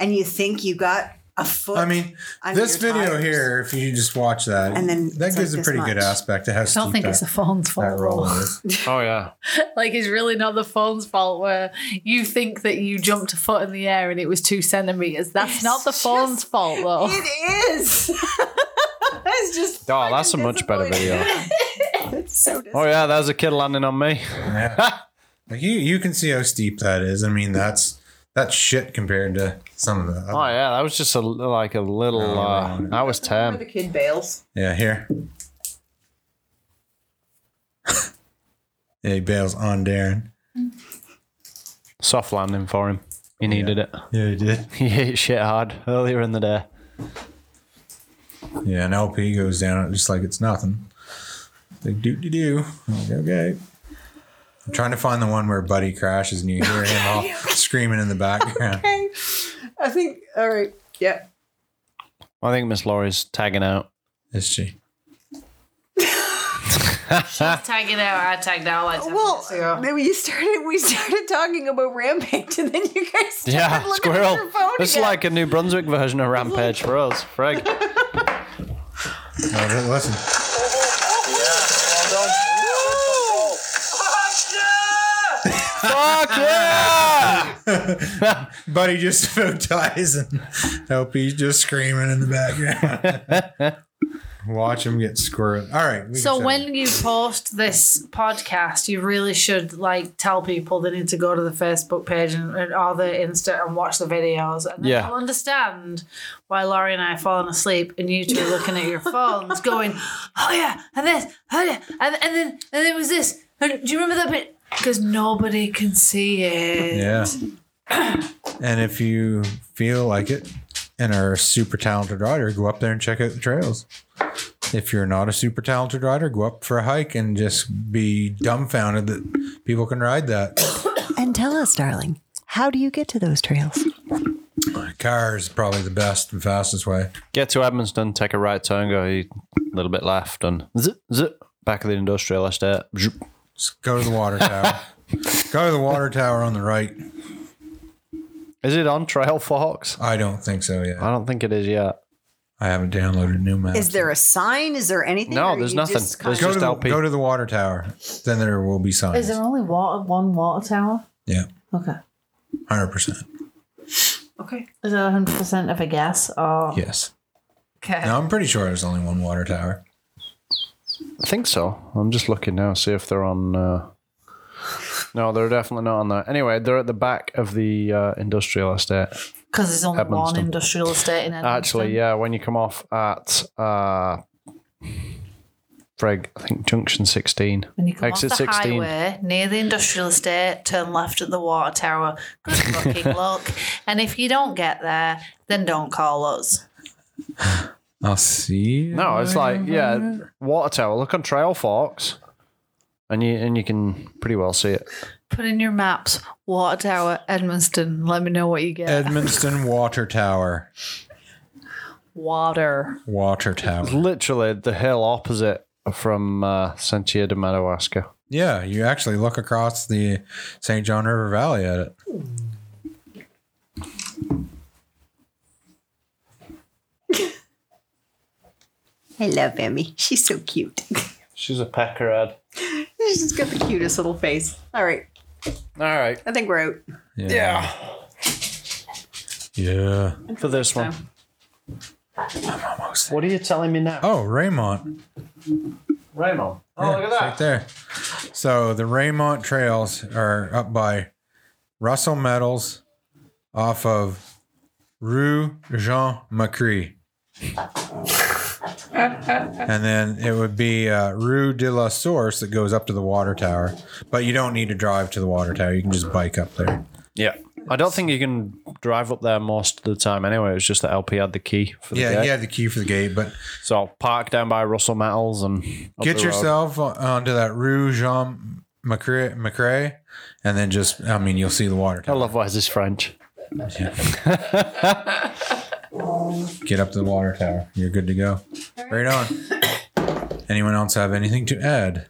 Speaker 3: and you think you got a foot.
Speaker 2: I mean,
Speaker 3: under
Speaker 2: this
Speaker 3: your
Speaker 2: video
Speaker 3: tires.
Speaker 2: here, if you just watch that,
Speaker 3: And then
Speaker 2: that gives
Speaker 3: it's like
Speaker 2: a
Speaker 3: this
Speaker 2: pretty good
Speaker 3: much.
Speaker 2: aspect. It has
Speaker 4: I don't think
Speaker 2: that,
Speaker 4: it's the phone's fault.
Speaker 2: that roll. is.
Speaker 5: Oh, yeah.
Speaker 4: like it's really not the phone's fault where you think that you jumped a foot in the air and it was two centimeters. That's not the phone's fault though.
Speaker 3: It is. That's just.
Speaker 5: Oh, that's a much better video.
Speaker 3: It's so dis-
Speaker 5: Oh, yeah, there's a kid landing on me.
Speaker 2: Yeah. like you, you can see how steep that is. I mean, that's that's shit compared to some of the.
Speaker 5: Oh,
Speaker 2: Other,
Speaker 5: yeah, that was just a, like a little, uh, I was 10.
Speaker 3: kid bails.
Speaker 2: yeah, here. yeah, he bails on Darren.
Speaker 5: Soft landing for him. He needed it.
Speaker 2: Yeah, he did.
Speaker 5: He hit shit hard earlier in the day.
Speaker 2: Yeah, and LP goes down just like it's nothing. Like doo doo doo. Like, okay. I'm trying to find the one where Buddy crashes and you hear him all screaming in the background.
Speaker 3: Okay. I think. All right. Yeah.
Speaker 5: I think Miss Laurie's tagging out.
Speaker 2: Is she?
Speaker 4: Tagging out, I tagged out like
Speaker 3: Well, maybe you started. We started talking about Rampage, and then you guys started
Speaker 5: Yeah,
Speaker 3: looking At
Speaker 5: squirrel.
Speaker 3: your phone
Speaker 5: It's
Speaker 3: again.
Speaker 5: like a New Brunswick version of Rampage for us. Freg.
Speaker 2: No, don't Oh, listen.
Speaker 5: Fuck yeah!
Speaker 2: Buddy just spoke dies and LP's just screaming in the background. Watch him get squirreled. All right. we can
Speaker 4: so
Speaker 2: shut it.
Speaker 4: when you post this podcast, you really should like tell people they need to go to the Facebook page and, and or the Insta and watch the videos, and then
Speaker 5: Yeah.
Speaker 4: they'll understand why Laurie and I are falling asleep and you two are looking at your phones, going, "Oh yeah, and this, oh yeah, and, and then and it was this. And do you remember that bit? Because nobody can see it.
Speaker 2: Yeah. and if you feel like it and are a super talented rider, go up there and check out the trails. If you're not a super talented rider, go up for a hike and just be dumbfounded that people can ride that.
Speaker 3: And tell us, darling, how do you get to those trails?
Speaker 2: Car is probably the best and fastest way.
Speaker 5: Get to Edmonton, take a right turn, go a little bit left, and zip, zip, back of the industrial estate. Zoop.
Speaker 2: Just go to the water tower. go to the water tower on the right.
Speaker 5: Is it on Trail Fox?
Speaker 2: I don't think so yet.
Speaker 5: I don't think it is yet.
Speaker 2: I haven't downloaded new maps.
Speaker 3: Is there a sign? Is there anything?
Speaker 5: No,
Speaker 3: Or are
Speaker 5: there's
Speaker 3: you
Speaker 5: nothing.
Speaker 3: just
Speaker 5: There's
Speaker 2: go
Speaker 5: just-
Speaker 2: to, the,
Speaker 5: LP.
Speaker 2: go to the water tower. Then there will be signs.
Speaker 9: Is there only water, one water tower?
Speaker 2: yeah,
Speaker 9: Okay.
Speaker 2: 100%.
Speaker 4: Okay.
Speaker 9: Is that 100% of a guess? Oh, Or
Speaker 2: Yes.
Speaker 4: Okay.
Speaker 2: No, I'm pretty sure there's only one water tower.
Speaker 5: I think so. I'm just looking now, see if they're on. Uh... No, they're definitely not on there. Anyway, they're at the back of the uh, industrial estate.
Speaker 9: Because there's only one
Speaker 5: Edmundston.
Speaker 9: industrial estate in Edmonton.
Speaker 5: Actually, yeah, when you come off at uh Freg, I think junction sixteen.
Speaker 9: When you come
Speaker 5: Exit
Speaker 9: off the
Speaker 5: 16.
Speaker 9: highway,
Speaker 4: highway near the industrial estate, turn left at the water tower. Good fucking luck. And if you don't get there, then don't call us.
Speaker 2: I'll see.
Speaker 5: No, it's like yeah, water tower. Look on Trail Fox, and you and you can pretty well see it.
Speaker 4: Put in your maps, water tower, Edmonston. Let me know what you get.
Speaker 2: Edmonston Water Tower.
Speaker 4: water.
Speaker 2: Water Tower.
Speaker 5: Literally the hill opposite from uh, Santia de Madawaska.
Speaker 2: Yeah, you actually look across the St. John River Valley at it.
Speaker 3: I love Emmy. She's so cute.
Speaker 5: She's a peckerhead.
Speaker 3: She's got the cutest little face. All right,
Speaker 5: All right,
Speaker 3: I think we're out.
Speaker 2: Yeah. Yeah.
Speaker 5: for this one.
Speaker 2: almost
Speaker 5: What are you telling me now,
Speaker 2: Oh, Raymond.
Speaker 5: Raymond? Oh,
Speaker 2: Yeah,
Speaker 5: look at
Speaker 2: it's
Speaker 5: that.
Speaker 2: Right there. So the Raymond trails are up by Russell Meadows off of Rue Jean Macri. and then it would be uh, Rue de la Source that goes up to the water tower. But you don't need to drive to the water tower. You can just bike up there.
Speaker 5: Yeah, I don't think you can drive up there most of the time anyway. It was just that LP had the key for the
Speaker 2: Yeah,
Speaker 5: gate.
Speaker 2: he had the key for the gate, but
Speaker 5: So I'll park down by Russell Metals and up
Speaker 2: get
Speaker 5: the road.
Speaker 2: yourself on- onto that Rue Jean McCray, McCray, and then just, I mean, you'll see the water.
Speaker 5: I
Speaker 2: tower.
Speaker 5: love what is this French.
Speaker 2: Get up to the water tower. You're good to go. Right on. Anyone else have anything to add?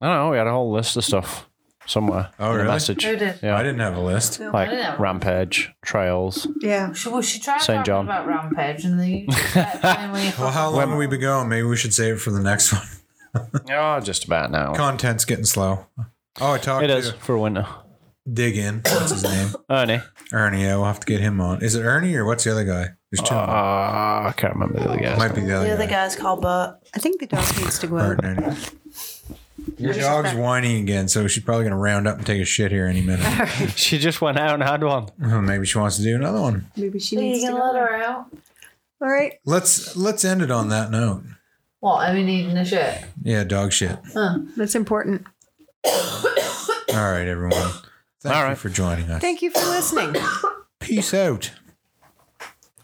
Speaker 5: I don't know. We had a whole list of stuff somewhere.
Speaker 2: Oh,
Speaker 5: in the
Speaker 2: really?
Speaker 5: Message.
Speaker 9: did?
Speaker 2: I
Speaker 5: Yeah.
Speaker 2: didn't have a list.
Speaker 5: Like
Speaker 9: didn't have-
Speaker 5: rampage, trails.
Speaker 3: Yeah.
Speaker 9: Should, we should try
Speaker 5: Saint
Speaker 9: talking
Speaker 5: John.
Speaker 9: about Rampage and then you finally.
Speaker 2: Well, how long have we been going? Maybe we should save it for the next one.
Speaker 5: Oh, just about now.
Speaker 2: Content's getting slow. Oh, I talked
Speaker 5: It
Speaker 2: to
Speaker 5: is for winter.
Speaker 2: Dig In. What's his name?
Speaker 5: Ernie.
Speaker 2: Ernie. Yeah, we'll have to get him on. Is it Ernie or what's the other guy? There's two.
Speaker 5: Uh,
Speaker 2: of them.
Speaker 5: I can't remember the other guy's
Speaker 2: Might be the other,
Speaker 9: The other
Speaker 2: guy.
Speaker 9: guy's called Bert.
Speaker 3: I think the dog needs to go out.
Speaker 2: Bert and Ernie. Your dog's whining again, so she's probably going to round up and take a shit here any minute.
Speaker 5: She just went out and had one.
Speaker 2: Maybe she wants to do another one.
Speaker 3: Maybe she
Speaker 9: Are
Speaker 3: needs
Speaker 9: you
Speaker 3: to
Speaker 9: gonna
Speaker 3: go.
Speaker 9: let her out?
Speaker 3: All right.
Speaker 2: Let's let's end it on that note.
Speaker 9: What? Are we needing a shit?
Speaker 2: Yeah, dog shit.
Speaker 3: That's important.
Speaker 2: All right, everyone. Thank
Speaker 5: All
Speaker 2: you
Speaker 5: right.
Speaker 2: for joining us.
Speaker 3: Thank you for listening.
Speaker 2: Peace out.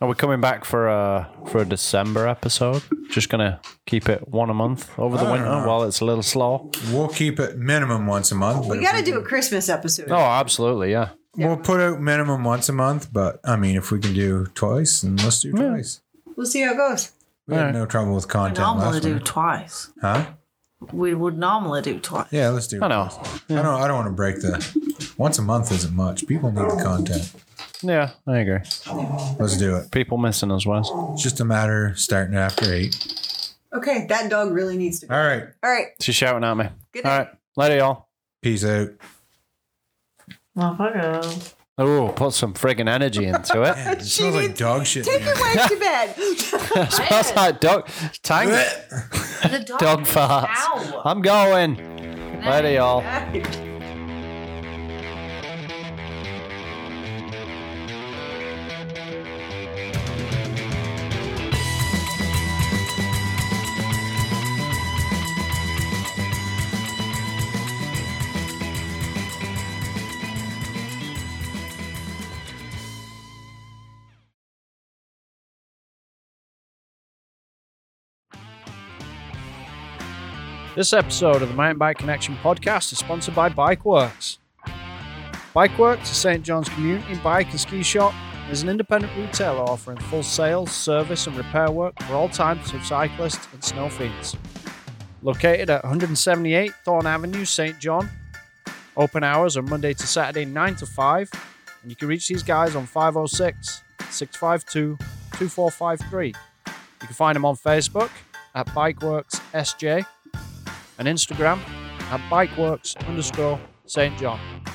Speaker 5: Are we coming back for a for a December episode? Just gonna keep it one a month over the
Speaker 2: I don't
Speaker 5: winter
Speaker 2: know.
Speaker 5: while it's a little slow.
Speaker 2: We'll keep it minimum once a month. But
Speaker 3: We
Speaker 2: if
Speaker 3: got to do a Christmas episode.
Speaker 5: Oh, absolutely, yeah.
Speaker 2: We'll put out minimum once a month, but I mean, if we can do twice, then let's do twice.
Speaker 3: We'll see how it goes.
Speaker 2: We had no trouble with
Speaker 4: We
Speaker 2: content
Speaker 4: normally
Speaker 2: last
Speaker 4: do
Speaker 2: week,
Speaker 4: twice.
Speaker 2: huh?
Speaker 4: We would normally do twice.
Speaker 2: Yeah, let's do.
Speaker 5: I
Speaker 2: it.
Speaker 5: know.
Speaker 2: I don't. I don't want to break the. Once a month isn't much. People need the content.
Speaker 5: Yeah, I agree.
Speaker 2: Let's do it.
Speaker 5: People missing us, Wes.
Speaker 2: It's just a matter of starting after eight.
Speaker 3: Okay, that dog really needs to go.
Speaker 2: All right.
Speaker 3: All right.
Speaker 5: She's shouting at me.
Speaker 3: Good
Speaker 5: All
Speaker 3: night.
Speaker 5: right, later, y'all.
Speaker 2: Peace out.
Speaker 9: Motherfucker.
Speaker 5: Oh, put some friggin' energy into it.
Speaker 2: Man, it smells like
Speaker 3: needs-
Speaker 2: dog shit.
Speaker 3: Take
Speaker 2: in
Speaker 3: your
Speaker 2: here.
Speaker 3: wife to bed.
Speaker 5: Smells like dog tank
Speaker 9: The dog.
Speaker 5: dog farts.
Speaker 9: Ow.
Speaker 5: I'm going. Later, y'all. This episode of the Mountain Bike Connection podcast is sponsored by Bikeworks. Bikeworks, a St. John's community bike and ski shop, is an independent retailer offering full sales, service, and repair work for all types of cyclists and snow fiends. Located at 178 Thorn Avenue, St. John. Open hours are Monday to Saturday, 9 to 5. And you can reach these guys on 506 652 2453. You can find them on Facebook at Bikeworks SJ and Instagram at bikeworks underscore St. John.